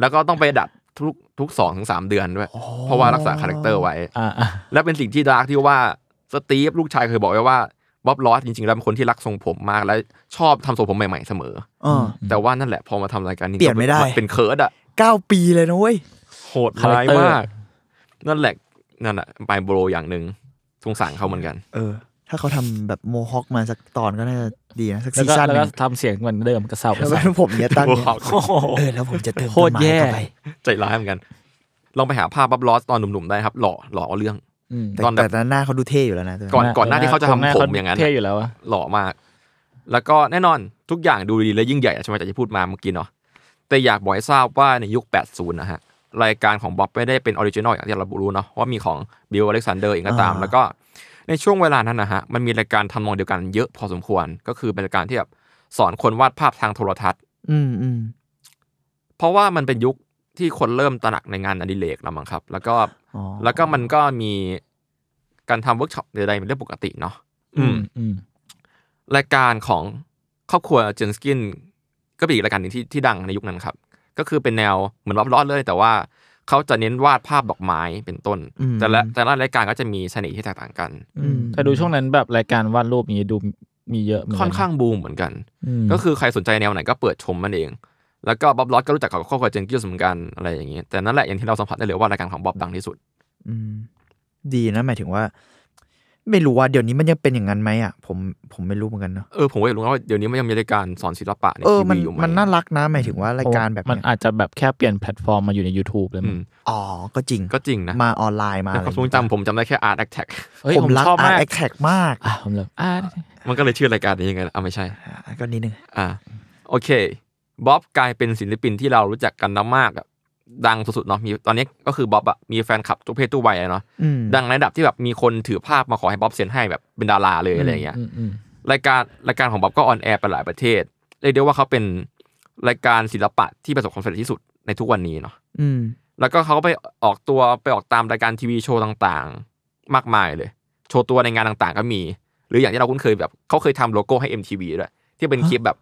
Speaker 3: แล้วก็ต้องไปดัดทุกทุกสองถึงสามเดือนด้วย เพราะว่ารักษาคาแรคเตอร์ไว้
Speaker 2: อ่าอ่ะ
Speaker 3: และเป็นสิ่งที่ดาร์กที่ว่าสตีฟลูกชายเคยบอกไว้ว่าบ๊อบลอสจริงๆ แล้วเป็นคนที่รักทรงผมมากและชอบทำทรงผมใหม่ๆเสมอ
Speaker 4: เออ
Speaker 3: แต่ว่านั่นแหละพอมาทำรายการนี้
Speaker 4: เปลี่ยนไม่ได้
Speaker 3: เป็นเคิร์ดอะ
Speaker 4: เก้าปีเลยนะเว้ย
Speaker 3: โหดร้ายมาก นั่นแหละนั่นแหละไปโบรอย่างหนึ่งสงสารเขาเหมือนกัน
Speaker 4: เออ ถ้าเขาทำแบบโมฮอคมาสักตอนก็น่าจะดีนะ สัก
Speaker 2: แล้ว
Speaker 4: ซี
Speaker 2: ก็
Speaker 4: ซั่น
Speaker 2: แล้วก็
Speaker 4: หนึง
Speaker 2: ทำเสียงเหมือนเดิมกระเซาก
Speaker 4: แล้ว
Speaker 2: ระ
Speaker 4: ก็
Speaker 2: เซา
Speaker 4: ผมเนี่ยตั้งเนี่ย
Speaker 3: Mohawk
Speaker 4: เออ แล้วผมจะเติม
Speaker 2: โคตรแย่
Speaker 4: ต้นไม้เข้าไป
Speaker 3: ใจร้ายเหมือนกัน ลองไปหาภาพบ๊อบลอสตอนหนุ่มๆได้ครับ หล่อหล่อเอาเรื่อง
Speaker 2: อืม
Speaker 4: แต่
Speaker 3: ตอนแบบ
Speaker 4: แต่หน้าเขาดูเท่อยู่แล้วนะ
Speaker 3: ก่อนก่อนหน้าที่เขาจะทำผมอย่างนั้น
Speaker 2: เท่อยู่แล้วอะ
Speaker 3: หล่อมาก แล้วก็แน่นอนทุกอย่างดูดีและยิ่งใหญ่ใช่ไหมจากที่พูดมาเมื่อกี้เนาะแต่อยากบอกให้ทราบว่าในยุค 80 นะฮะ รายการของบ๊อบไม่ได้เป็นออริจินอลอย่างที่เรารู้เนาะว่ามีของบิลอเล็กซานเดอร์เองก็ตาม แล้วก็ในช่วงเวลานั้นนะฮะ มันมีรายการทำนองเดียวกันเยอะพอสมควร ก็คือเป็นรายการที่แบบสอนคนวาดภาพทางโทรทัศน์
Speaker 4: อืมอืม
Speaker 3: เพราะว่ามันเป็นยุคที่คนเริ่มตระหนักในงานอดิเรกแล้วมั้งครับ แล้วก็
Speaker 4: อ๋อ
Speaker 3: แล้วก็มันก็มีการทำเวิร์กช็อปใดๆเป็นเรื่องปกติเนาะอืม
Speaker 2: อืม
Speaker 3: รายการของครอบครัวเจนสกินก็เป็นอีกรายการหนึ่งที่ที่ดังในยุคนั้นครับ ก็คือเป็นแนวเหมือนวับลอดเลย แต่ว่าเขาจะเน้นวาดภาพดอกไม้เป็นต้น แต่ละแต่ละรายการก็จะมีเสน่ห์ที่แตกต่างกัน
Speaker 2: อืมแต่ดูช่วงนั้นแบบรายการวาดรูปนี้ดูมีเยอะเหมือนกั
Speaker 3: ค่อนข้างบูมเหมือนกัน
Speaker 2: อืม
Speaker 3: ก็คือใครสนใจแนวไหนก็เปิดชมมันเอง แล้วก็บ๊อบลอดก็รู้จักกับครอบครัวเจนกิลส์เหมือนกันอะไรอย่างนี้ แต่นั่นแหละอย่างที่เราสัมผัสได้เลยว่ารายการของบ๊อบดังที่สุด
Speaker 4: อืมดีนะหมายถึงว่า ไม่รู้ว่าเดี๋ยวนี้มันยังเป็นอย่างนั้นไหมอ่ะผมผมไม่รู้เหมือนกันเนาะ
Speaker 3: เออผมก็อยากรู้นะว่าเดี๋ยวนี้มันยังมีรายการสอนศิลปะใน
Speaker 4: เอ
Speaker 3: ที
Speaker 4: อมัน
Speaker 3: วีอยู่ไหม
Speaker 4: มันน่ารักนะหมายถึงว่ารายการแบบ
Speaker 2: มัน
Speaker 4: เนี้ย
Speaker 2: อาจจะแบบแค่เปลี่ยนแพลตฟอร์มมาอยู่ใน YouTube เลย
Speaker 3: อื
Speaker 2: มั้ง
Speaker 3: ม
Speaker 4: อ๋อก็จริง
Speaker 3: ก็จริงนะ
Speaker 4: มาออนไลน์มา
Speaker 3: ในค
Speaker 4: อะไร
Speaker 3: วามทรงจำผมจำได้แค่ Art Attack
Speaker 2: เฮ้ย
Speaker 4: ผมรัก
Speaker 2: ชอบ
Speaker 4: อาร์
Speaker 2: มา
Speaker 4: ต
Speaker 2: ก
Speaker 4: แอคแท็กมาก
Speaker 2: อ่ะผมเลยอ่ะ
Speaker 3: มันก็เลยชื่อรายการนี้ยังไงล่ะอ่ะไม่ใช่
Speaker 4: อ่ะก็นิดนึง
Speaker 3: อ่าโอเคบ๊อบกลายเป็นศิลปินที่เรารู้จักกันนะมากแบบดังสุดๆเนาะมีตอนนี้ก็คือบ๊อบอะมีแฟนคลับทุกเพศทุกวัยอะเนาะ
Speaker 4: อืม
Speaker 3: ดังในระดับที่แบบมีคนถือภาพมาขอให้บ๊อบเซ็นให้แบบเป็นดาราเลยอะไรอย่างเงี้ย
Speaker 2: มอืม
Speaker 3: รายการรายการของบ๊อบก็ออนแอร์ไปหลายประเทศเรียกได้ว่าเขาเป็นรายการศิลปะที่ประสบความสำเร็จที่สุดในทุกวันนี้เนาะ
Speaker 4: อืม
Speaker 3: แล้วก็เขาก็ไปออกตัวไปออกตามรายการทีวีโชว์ต่างๆ มากมายเลย โชว์ตัวในงานต่างๆ ก็มี หรืออย่างที่เราคุ้นเคยแบบเขาเคยทำโลโก้ให้ MTV ด้วยที่เป็นคลิปแบบ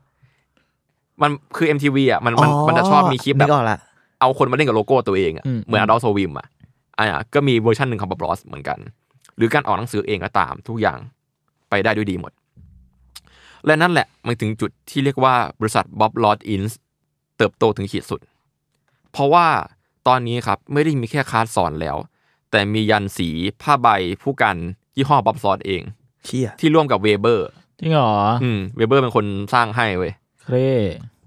Speaker 3: มันคือ MTV อ่ะมันมันมันจะชอบมีคลิปแบ
Speaker 4: นึ
Speaker 3: บ
Speaker 4: กออกละ
Speaker 3: เอาคนมาเล่นกับโลโก้ตัวเองอ่ะเหมือนอดอลโซวิมอ่ะอ่ะก็มีเวอร์ชันหนึ่งของบ๊อบรอสเหมือนกัน หรือการออกหนังสือเองก็ตาม ทุกอย่างไปได้ด้วยดีหมด และนั่นแหละมันถึงจุดที่เรียกว่าบริษัทบ๊อบลอสอินส์เติบโตถึงขีดสุด เพราะว่าตอนนี้ครับไม่ได้มีแค่คลาสสอนแล้ว แต่มียันสีผ้าใบผู้กันยี่ห้อบ๊อบลอสเอง
Speaker 4: เชี่ย
Speaker 3: ที่ร่วมกับเวเบอร์
Speaker 2: จริงเหรอ
Speaker 3: อืม เวเบอร์เป็นคนสร้างให้เว้ย
Speaker 2: เคร่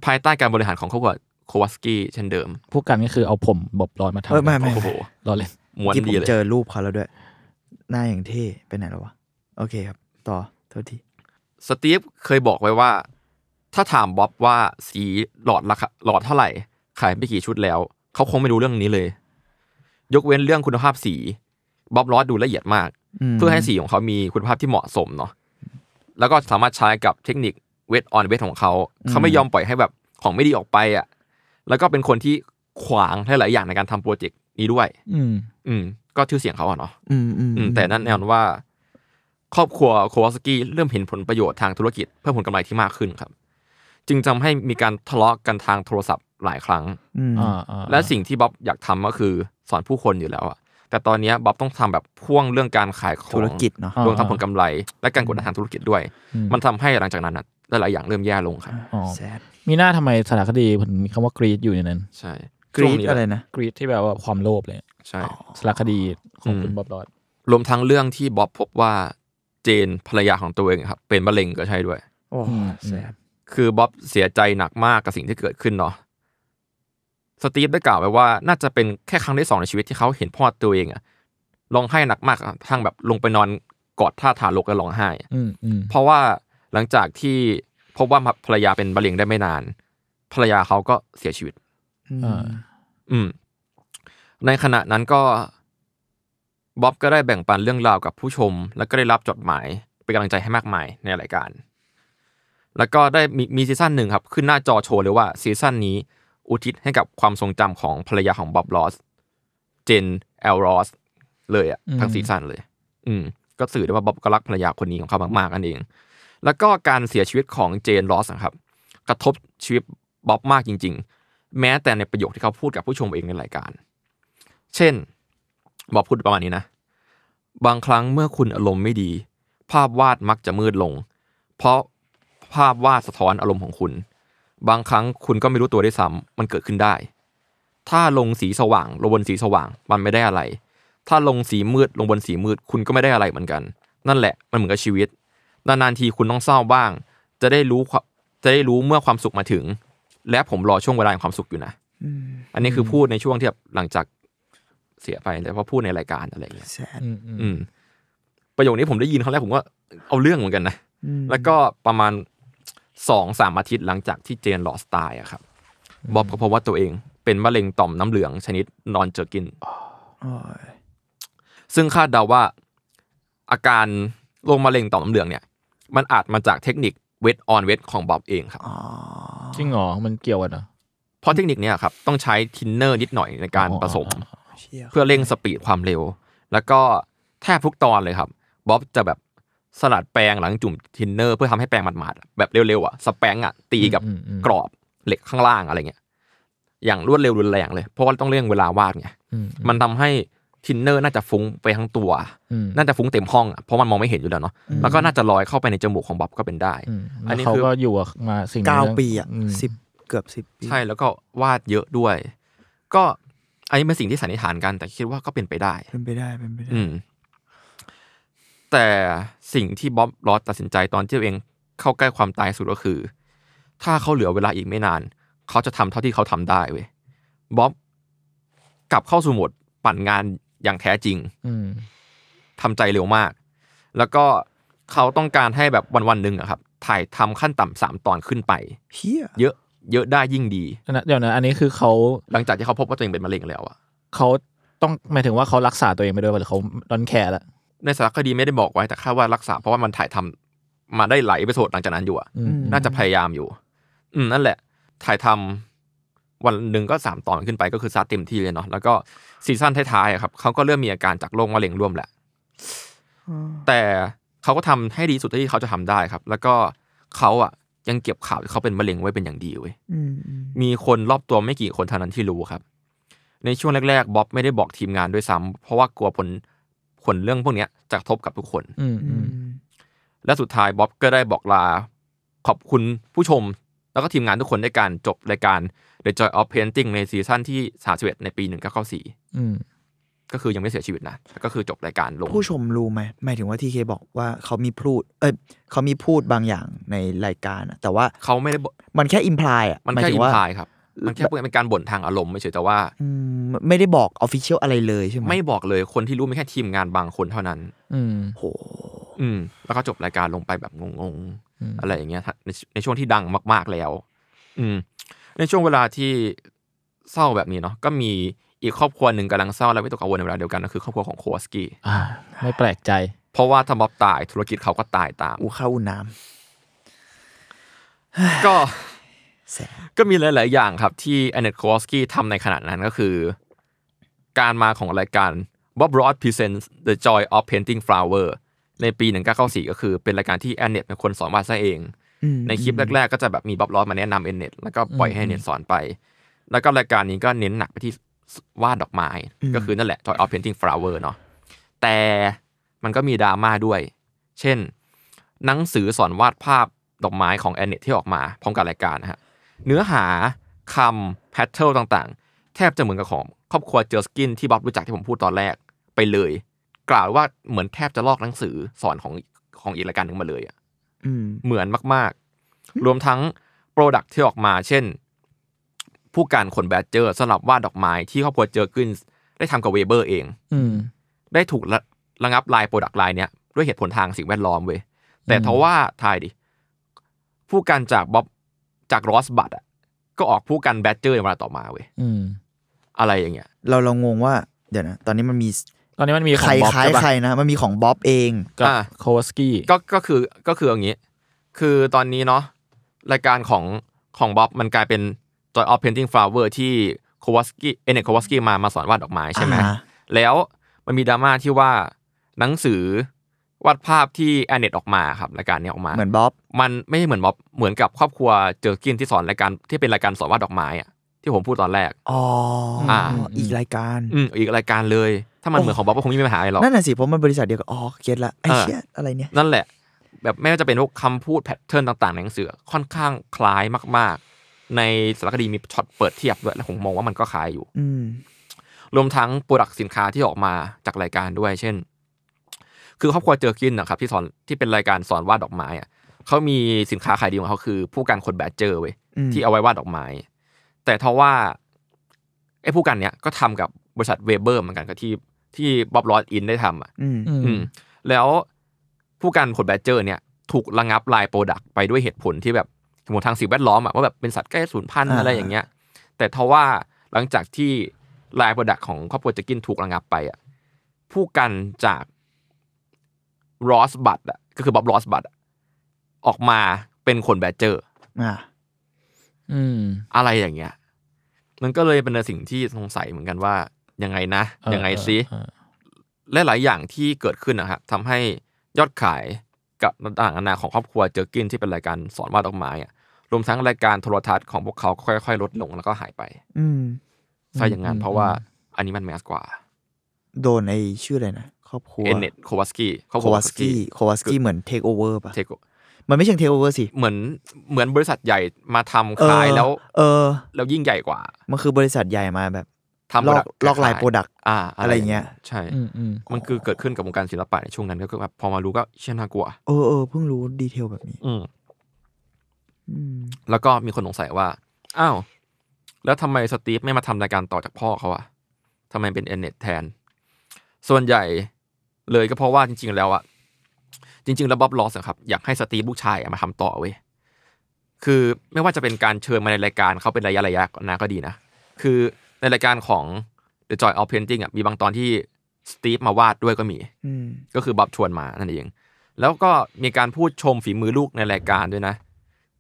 Speaker 3: ภายใต้การบริหารของครอบครัวโควาสกี้เช่นเดิม
Speaker 2: ผู้กันก็คือเอาผมบอบลอยมาทำ
Speaker 4: เออไม่ไม่
Speaker 3: โอ้โห
Speaker 2: รอเล่น
Speaker 3: ม้วน
Speaker 4: ที่ผ
Speaker 3: ดี
Speaker 4: ม
Speaker 3: เลย
Speaker 4: เจอรูปเขาแล้วด้วย หน้าอย่างเท่ไปไหนแล้ววะ โอเคครับ ต่อ โทษที
Speaker 3: สตีฟเคยบอกไว้ว่า ถ้าถามบ๊อบว่าสีหลอดราคาหลอดเท่าไหร่ ขายไปกี่ชุดแล้ว เขาคงไม่รู้เรื่องนี้เลย ยกเว้นเรื่องคุณภาพสีบ๊อบลอสดูละเอียดมาก เพื่อให้สีของเขามีคุณภาพที่เหมาะสมเนาะแล้วก็สามารถใช้กับเทคนิคเวทออนเวทของเขา เขาไม่ยอมปล่อยให้แบบของไม่ดีออกไปอ่ะแล้วก็เป็นคนที่ขวางหลายๆอย่างในการทำโปรเจกต์นี้ด้วย
Speaker 2: อืม
Speaker 3: อืม ก็ชื่อเสียงเขาอะเนาะ
Speaker 4: อืมอืม
Speaker 3: อืมแต่นั่นแน่นอนว่า ครอบครัวโควาสกี้เริ่มเห็นผลประโยชน์ทางธุรกิจเพื่อผลกำไรที่มากขึ้นครับ จึงทำให้มีการทะเลาะกันทางโทรศัพท์หลายครั้ง
Speaker 4: อืม
Speaker 2: อ่าอ่า
Speaker 3: และสิ่งที่บ๊อบอยากทำก็คือสอนผู้คนอยู่แล้วอะแต่ตอนเนี้ยบ๊อบต้องทำแบบพ่วงเรื่องการขายของ
Speaker 4: ธุรกิจเนาะ
Speaker 3: รวมทั้งผลกำไร และการกดดันทางธุรกิจด้วย
Speaker 2: อื
Speaker 3: มันทำให้หลังจากนั้นอะหลายๆอย่างเริ่มแย่ลงครับ
Speaker 2: อ๋อ
Speaker 4: แซด
Speaker 2: มีหน้าทำไมสารคดีมันมีคำว่ากรีดอยู่ในนั้น
Speaker 3: ใช่
Speaker 4: กรี
Speaker 3: ช่ว
Speaker 4: ด
Speaker 3: งนี้
Speaker 4: อะไรนะ
Speaker 2: กรีดที่แบบว่าความโลภเลย
Speaker 3: ใช่
Speaker 2: สารคดีของ
Speaker 3: อืม
Speaker 2: คุณบ๊อบรอด
Speaker 3: รวมทั้งเรื่องที่บ๊อบพบว่าเจนภรรยาของตัวเองครับเป็นมะเร็งก็ใช่ด้วย
Speaker 4: โอ้แซด
Speaker 3: คือบ๊อบเสียใจหนักมากกับสิ่งที่เกิดขึ้นเนาะ สตีฟได้กล่าวไว้ว่าน่าจะเป็นแค่ครั้งที่สองในชีวิตที่เขาเห็นพ่อตัวเองอะร้องไห้หนักมากอะทั้งแบบลงไปนอนกอดท่าทารกแล้วร้องไห้
Speaker 2: อืมอืม
Speaker 3: เพราะว่าหลังจากที่พบว่าภรรยาเป็นมะเร็งได้ไม่นาน ภรรยาเขาก็เสียชีวิต
Speaker 2: อ่า
Speaker 3: อืม ในขณะนั้นก็บ๊อบก็ได้แบ่งปันเรื่องราวกับผู้ชม แล้วก็ได้รับจดหมายเป็นกำลังใจให้มากมายในรายการ แล้วก็ได้มีมีซีซั่นหนึ่งครับ ขึ้นหน้าจอโชว์เลยว่าซีซั่นนี้ อุทิศให้กับความทรงจำของภรรยาของบ๊อบลอส เจนแอลรอสเลยอะทั้งซีซั่นเลย อืม ก็สื่อได้ว่าบ๊อบก็รักภรรยาคนนี้ของเขามากๆนั่นเอง แล้วก็การเสียชีวิตของเจนลอสนะครับ กระทบชีวิตบ๊อบมากจริง ๆ แม้แต่ในประโยคที่เขาพูดกับผู้ชมเองในรายการ เช่น บอกพูดประมาณนี้นะ บางครั้งเมื่อคุณอารมณ์ไม่ดี ภาพวาดมักจะมืดลง เพราะภาพวาดสะท้อนอารมณ์ของคุณ บางครั้งคุณก็ไม่รู้ตัวด้วยซ้ำมันเกิดขึ้นได้ ถ้าลงสีสว่างลงบนสีสว่าง มันไม่ได้อะไร ถ้าลงสีมืดลงบนสีมืด คุณก็ไม่ได้อะไรเหมือนกัน นั่นแหละมันเหมือนกับชีวิต นานๆทีคุณต้องเศร้าบ้าง จะได้รู้ความจะได้รู้เมื่อความสุขมาถึง และผมรอช่วงเวลาแห่งความสุขอยู่นะ อันนี้คือพูดในช่วงที่แบบหลังจากเสียไปแล้วพอพูดในรายการอะไรอย่างเงี้ย
Speaker 4: แสด
Speaker 2: อืมอืม
Speaker 3: อืม ประโยคนี้ผมได้ยินครั้งแรกผมก็เอาเรื่องเหมือนกันนะ
Speaker 4: อืม
Speaker 3: แล้วก็ประมาณสองสามอาทิตย์หลังจากที่เจนลอสตายอะครับ บอบก็พบว่าตัวเองเป็นมะเร็งต่อมน้ำเหลืองชนิดนอนเจอกิน
Speaker 4: โอ้ย
Speaker 3: ซึ่งคาดเดาว่าอาการโรคมะเร็งต่อมน้ำเหลืองเนี่ย มันอาจมาจากเทคนิคเวทออนเวทของบอบเองครับ
Speaker 4: อ๋อ
Speaker 2: จริงเหรอ มันเกี่ยวกันเหรอ
Speaker 3: เพราะเทคนิคเนี้ครับต้องใช้ทินเนอร์นิดหน่อยในการ
Speaker 2: อ๋อ
Speaker 3: ผสม
Speaker 4: เชี่ย
Speaker 3: เพื่อเร่งสปีดความเร็ว แล้วก็แทบทุกตอนเลยครับบ๊อบจะแบบสลัดแปรงหลังจุ่มทินเนอร์เพื่อทำให้แปรงหมาดๆแบบเร็วๆอ่ะสแปรงอ่ะตีกับ
Speaker 2: อืมอืม
Speaker 3: กรอบเหล็กข้างล่างอะไรเงี้ยอย่างรวดเร็วรุนแรงเลย เพราะว่าต้องเร่งเวลาวาดไง
Speaker 2: อืม
Speaker 3: มันทำให้ทินเนอร์น่าจะฟุ้งไปทั้งตัว
Speaker 2: อืม
Speaker 3: น่าจะฟุ้งเต็มห้องอะเพราะมันมองไม่เห็นอยู่แล้วเนาะแล้วก็น่าจะลอยเข้าไปในจมูกของบ๊อบก็เป็นได้
Speaker 2: อืม
Speaker 3: อั
Speaker 2: แล้
Speaker 3: น
Speaker 2: ว
Speaker 3: นี้
Speaker 2: เขา
Speaker 3: คือ
Speaker 2: ก็อยู่กับมาสิ่งนี้
Speaker 4: เก้า
Speaker 2: ตั้ง
Speaker 4: ปีอ่ะ
Speaker 2: ม
Speaker 4: สิบเกือบสิบปี
Speaker 3: ใช่แล้วก็วาดเยอะด้วย ก็อันนี้เป็นสิ่งที่สันนิษฐานกัน แต่คิดว่าก็เป็นไปได้
Speaker 4: เป็นไปได้เป็นไปได้
Speaker 3: อืม แต่สิ่งที่บ๊อบลอสตัดสินใจตอนที่ตัวเองเข้าใกล้ความตายสุดก็คือ ถ้าเขาเหลือเวลาอีกไม่นาน เขาจะทำเท่าที่เขาทำได้เว้ยบ๊อบกลับเข้าสู่โหมดปั่นงานอย่างแท้จริง
Speaker 2: อืม
Speaker 3: ทำใจเร็วมาก แล้วก็เขาต้องการให้แบบวันวันๆหนึ่งอะครับ ถ่ายทำขั้นต่ำสามตอนขึ้นไป
Speaker 4: เฮีย
Speaker 3: เยอะ เยอะได้ยิ่งดี
Speaker 2: อันนั้นเดี๋ยวนะอันนี้คือเขา
Speaker 3: หลังจากที่เขาพบว่าตัวเองเป็นมะเร็งแล้วอะ
Speaker 2: เขาต้องหมายถึงว่าเขารักษาตัวเองไปด้วยป่ะหรือเขาดอนแคร์ละ
Speaker 3: ในสารคดีไม่ได้บอกไว้แต่คาดว่ารักษาเพราะว่ามันถ่ายทำมาได้หลายเอพิโซดหลังจากนั้นอยู่อะ
Speaker 2: อืม
Speaker 3: น่าจะพยายามอยู่ อืมนั่นแหละ ถ่ายทำวันหนึ่งก็สามตอนขึ้นไปก็คือซัดเต็มที่เลยเนาะ แล้วก็ซีซั่นท้ายๆอะครับเขาก็เริ่มมีอาการจากโรคมะเร็งร่วมแหละ แต่เขาก็ทำให้ดีสุดที่เขาจะทำได้ครับ แล้วก็เขาอ่ะยังเก็บข่าวที่เขาเป็นมะเร็งไว้เป็นอย่างดีเว้ย
Speaker 4: อืมอืม
Speaker 3: มีคนรอบตัวไม่กี่คนเท่านั้นที่รู้ครับ ในช่วงแรกๆบ๊อบไม่ได้บอกทีมงานด้วยซ้ำเพราะว่ากลัวผลผลเรื่องพวกเนี้ยจะกระทบกับทุกคน
Speaker 2: อืม
Speaker 4: อื
Speaker 2: อืม
Speaker 4: ม
Speaker 3: และสุดท้ายบ๊อบก็ได้บอกลาขอบคุณผู้ชม แล้วก็ทีมงานทุกคนในการจบรายการ The Joy of Painting ในซีซั่นที่ 31 ในปี 1994
Speaker 2: อืม
Speaker 3: ก็คือยังไม่เสียชีวิตนะแล้วก็คือจบรายการลง
Speaker 4: ผู้ชมรู้ไหมหมายถึงว่าทีเคบอกว่าเขามีพูด เอ้ยเขามีพูดบางอย่างในรายการอะแต่ว่า
Speaker 3: เขาไม่ได้บอก
Speaker 4: มันแค่อิมพลายอ่ะ
Speaker 3: มัน
Speaker 4: หมาย
Speaker 3: แค่
Speaker 4: ถึ
Speaker 3: อิ
Speaker 4: ง
Speaker 3: ม
Speaker 4: ว่า
Speaker 3: พายครับ มันแค่เป็นการบ่นทางอารมณ์ไม่เฉยแต่ว่า
Speaker 4: อืมไม่ได้บอกออฟฟิเชียลอะไรเลยใช่ไหม
Speaker 3: ไม่บอกเลยคนที่รู้มีแค่ทีมงานบางคนเท่านั้น
Speaker 2: อืม
Speaker 4: โห
Speaker 3: อืมแล้วก็จบรายการลงไปแบบงง
Speaker 2: อืม
Speaker 3: ๆ อะไรอย่างเงี้ยฮะในในช่วงที่ดังมาก ๆแล้ว อืม ในช่วงเวลาที่เศร้าแบบนี้เนาะก็มีอีกครอบครัวหนึ่งกำลังเศร้าและไม่ตกกังวลในเวลาเดียวกันก็คือครอบครัวของโควัสกี้
Speaker 2: อ่า ไม่แปลกใจ
Speaker 3: เพราะว่าถ้าบ๊อบตายธุรกิจเขาก็ตาย ตาม
Speaker 4: อูข้าวอูน้
Speaker 3: ก็
Speaker 4: ำแสบ
Speaker 3: ก็มีหลาย ๆ อย่างครับที่แอนเนตโควอสกี้ทำในขณะนั้นก็คือ การมาของรายการ Bob Ross Presents The Joy of Painting Flower ในปี 1994 ก็คือเป็นรายการที่แอนเนตเป็นคนสอนวาดซะเอง
Speaker 4: อืม
Speaker 3: ในคลิปแรก ๆ ก็จะแบบมีบ๊อบรอสมาแนะนำแอนเนตแล้วก็ปล่อยให้แอนเนตสอนไป แล้วก็รายการนี้ก็เน้นหนักไปที่วาดดอกไม้ ก็คือนั่นแหละ Joy of Painting Flower เนาะแต่มันก็มีดราม่าด้วย เช่น หนังสือสอนวาดภาพดอกไม้ของแอนเนตที่ออกมา พร้อมกับรายการนะฮะ เนื้อหาคำแพทเทิร์นต่างๆ แทบจะเหมือนกับของครอบครัวเจอสกินที่บ๊อบรู้จักที่ผมพูดตอนแรกไปเลย กล่าวว่าเหมือนแทบจะลอกหนังสือสอนของของอีกรายการหนึ่งมาเลยอะ
Speaker 4: อืม
Speaker 3: เหมือนมาก ๆ รวมทั้งโปรดักที่ออกมา เช่น ผู้การขนแบดเจอร์สำหรับวาดดอกไม้ที่ครอบครัวเจอร์กึนได้ทำกับเวเบอร์เอง
Speaker 2: อืม
Speaker 3: ได้ถูกระระงับลายโปรดักต์ลายเนี้ยด้วยเหตุผลทางสิ่งแวดล้อมเว้ยแต่
Speaker 2: อืม
Speaker 3: ทว่าทายดิ ผู้การจากบ๊อบจากรอสบัตอะก็ออกผู้การแบดเจอร์ในเวลาต่อมาเว้ย
Speaker 2: อืม
Speaker 3: อะไรอย่างเงี้ย
Speaker 4: เราเรางงว่าเดี๋ยวนะ ตอนนี้มันมี
Speaker 2: ตอนนี้มันมีขอ
Speaker 4: ใครง
Speaker 2: บ๊อบ
Speaker 4: คล้าย
Speaker 2: ใช่
Speaker 4: ใคร
Speaker 2: ปะ
Speaker 4: นะ มันมีของบ๊อบเอง
Speaker 2: กับ
Speaker 3: อ่า
Speaker 2: โควสกี้
Speaker 3: ก็ก็คือก็คืออย่างนี้ คือตอนนี้เนาะรายการของของบ๊อบมันกลายเป็น Joy of Painting Flower ที่โคว a สกี้เอเนโคว a สกี้มามาสอนวาดดอกไม้ใช่ไหม
Speaker 4: อ่าฮะ
Speaker 3: แล้วมันมีดราม่าที่ว่าหนังสือวาดภาพที่แอนเนตออกมาครับรายการนี้ออกมา
Speaker 4: เหมือนบ๊อบ
Speaker 3: มันไม่ใช่เหมือนม็อบเหมือนกับครอบครัวเจอกินที่สอนรายการที่เป็นรายการสอนวาดดอกไม้อะที่ผมพูดตอนแรก
Speaker 4: อ๋ออา อีกรายการ
Speaker 3: อืมอีกรายการเลย ถ้ามันเหมือนของบ๊อบก็คงไม่มีปัญหาอะไรหรอก
Speaker 4: นั่นน่ะสิผมมันบริษัทเดียวกับอ๋อเก็ตละไอ้
Speaker 3: อ่า
Speaker 4: เชี่ยอะไรเนี่ย
Speaker 3: นั่นแหละ แบบไม่ว่าจะเป็นพวกคำพูดแพทเทิร์นต่างๆในหนังสือค่อนข้างคล้ายมาก ๆ ในสารคดีมีช็อตเปิดเทียบด้วยแล้วผมมองว่ามันก็คล้ายอยู่
Speaker 4: อืม
Speaker 3: รวมทั้งโปรดักสินค้าที่ออกมาจากรายการด้วย เช่น คือครอบครัวเจอกินนะครับที่สอนที่เป็นรายการสอนวาดดอกไม้อะเขามีสินค้าขายดีของเขาคือ ผู้การขนแบดเจอร์เว้ย
Speaker 4: อืม
Speaker 3: ที่เอาไว้วาดดอกไม้ แต่ทว่าไอ้ผู้กันเนี้ยก็ทำกับบริษัทเวเบอร์เหมือนกันก็ที่ที่บ๊อบลอสอินได้ทำอ่ะ
Speaker 4: อืม
Speaker 2: อืม
Speaker 3: อืมแล้วผู้การขนแบดเจอร์เนี่ยถูกระงับลายโปรดักต์ไปด้วยเหตุผลที่แบบสมมติทางสิ่งแวดล้อมอะว่าแบบเป็นสัตว์ใกล้สูญพันธุ์
Speaker 4: อ่า
Speaker 3: อะไรอย่างเงี้ย แต่ทว่าหลังจากที่ลายโปรดักต์ของครอบครัวจะกินถูกระงับไปอะผู้กันจากรอสบัตอะก็คือบ๊อบรอสบัตออกมาเป็นขนแบดเจอร์
Speaker 4: อ่า
Speaker 2: อืม
Speaker 3: อะไรอย่างเงี้ย มันก็เลยเป็นสิ่งที่สงสัยเหมือนกันว่ายังไงนะ
Speaker 2: เออ
Speaker 3: ยังไงซิ
Speaker 2: เออเออ
Speaker 3: และหลายอย่างที่เกิดขึ้นนะครับทำให้ยอดขายกับต่างๆนานาของครอบครัวเจอกินที่เป็นรายการสอนวาดดอกไม้อะรวมทั้งรายการโทรทัศน์ของพวกเขาก็ค่อย ๆ ลดลงแล้วก็หายไป
Speaker 4: อืม
Speaker 3: ใช่อย่างนั้น
Speaker 2: อืม
Speaker 3: เพราะว่าอันนี้มันแมสกว่า
Speaker 4: โดนไอ้ชื่ออะไรนะ ครอบครัว
Speaker 3: เอเนตโควาสกี้เขา
Speaker 4: โควาสกี้โควาสกี้เหมือนเทคโอเวอร์ป่ะ
Speaker 3: เทโก
Speaker 4: มันไม่ใช่เทคโอเวอร์สิ
Speaker 3: เหมือนเหมือนบริษัทใหญ่มาทำขายแล้ว
Speaker 4: เออ
Speaker 3: แล้วยิ่งใหญ่กว่า
Speaker 4: มันคือบริษัทใหญ่มาแบบ
Speaker 3: ทำ
Speaker 4: ลอก
Speaker 3: product
Speaker 4: ลอกลายโปรดัก
Speaker 3: อ่า
Speaker 4: อะไรอย่างเงี้ย
Speaker 3: ใช่
Speaker 2: อืมอืม
Speaker 3: มันคือเกิดขึ้นกับวงการศิลปะในช่วงนั้นก็คือแบบพอมารู้ก็เชี่ยน่ากลัว
Speaker 4: เออเออเพิ่งรู้ดีเทลแบบนี้ อืม
Speaker 3: แล้วก็มีคนสงสัยว่า อ้าว แล้วทำไมสตีฟไม่มาทำรายการต่อจากพ่อเขาอะทำไมเป็นเอเน็ตแทน ส่วนใหญ่เลยก็เพราะว่าจริง ๆ แล้วอะจริง ๆ แล้วบ๊อบลอสอะครับ อยากให้สตีฟลูกชายอะมาทำต่อเว้ย คือไม่ว่าจะเป็นการเชิญมาในรายการเขาเป็นระยะระยะๆนะก็ดีนะ คือในรายการของ The Joy of Painting อะมีบางตอนที่สตีฟมาวาดด้วยก็มี
Speaker 4: อืม
Speaker 3: ก็คือบ๊อบชวนมานั่นเอง แล้วก็มีการพูดชมฝีมือลูกในรายการด้วยนะ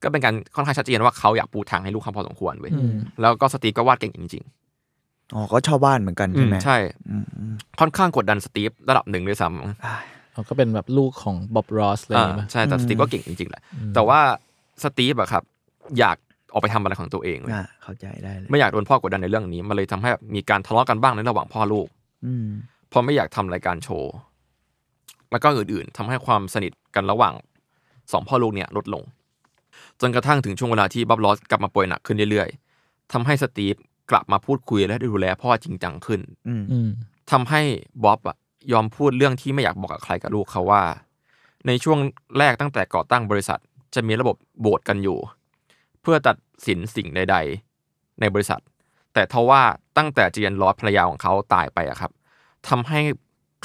Speaker 3: ก็เป็นการค่อนข้างชัดเจนว่าเขาอยากปูทางให้ลูกเขาพอสมควรเว้ย
Speaker 2: อืม
Speaker 3: แล้วก็สตีฟก็วาดเก่งจริง
Speaker 4: อ๋อ ก็ชอบบ้านเหมือนกัน
Speaker 3: ๆ
Speaker 4: ใช่ไหม
Speaker 3: ใช่
Speaker 4: อืมอืม
Speaker 3: ค่อนข้างกดดันสตีฟระดับหนึ่งด้วยซ้ำ
Speaker 4: อ่า
Speaker 2: เขาก็เป็นแบบลูกของบ๊อบรอสอะไรอ
Speaker 3: อ่า
Speaker 2: ย่างเงี้ย
Speaker 3: ใช่ แต่
Speaker 4: อืม
Speaker 3: สตีฟก็เก่งจริงๆแหละ แต่ว่าสตีฟอะครับ อยากออกไปทำอะไรของตัวเองเว้ย
Speaker 4: อ่าเข้าใจได้เลย
Speaker 3: ไม่อยากโดนพ่อกดดันในเรื่องนี้ มันเลยทำให้แบบมีการทะเลาะกันบ้างในระหว่างพ่อลูก
Speaker 4: อืม
Speaker 3: เพราะไม่อยากทำรายการโชว์ แล้วก็อื่นๆทำให้ความสนิทกันระหว่างสองพ่อลูกเนี่ยลดลง จนกระทั่งถึงช่วงเวลาที่บ๊อบลอสกลับมาป่วยหนักขึ้นเรื่อยๆทำให้สตีฟกลับมาพูดคุยและดูแลพ่อจริงจังขึ้น
Speaker 4: อืม
Speaker 2: อืม
Speaker 3: ทำให้บ๊อบอะยอมพูดเรื่องที่ไม่อยากบอกกับใครกับลูกเขาว่า ในช่วงแรกตั้งแต่ก่อตั้งบริษัทจะมีระบบโบสกันอยู่ เพื่อตัดสินสิ่งใด ๆ ในบริษัท แต่ทว่าตั้งแต่เจียนลอสภรรยาของเขาตายไปอะครับ ทำให้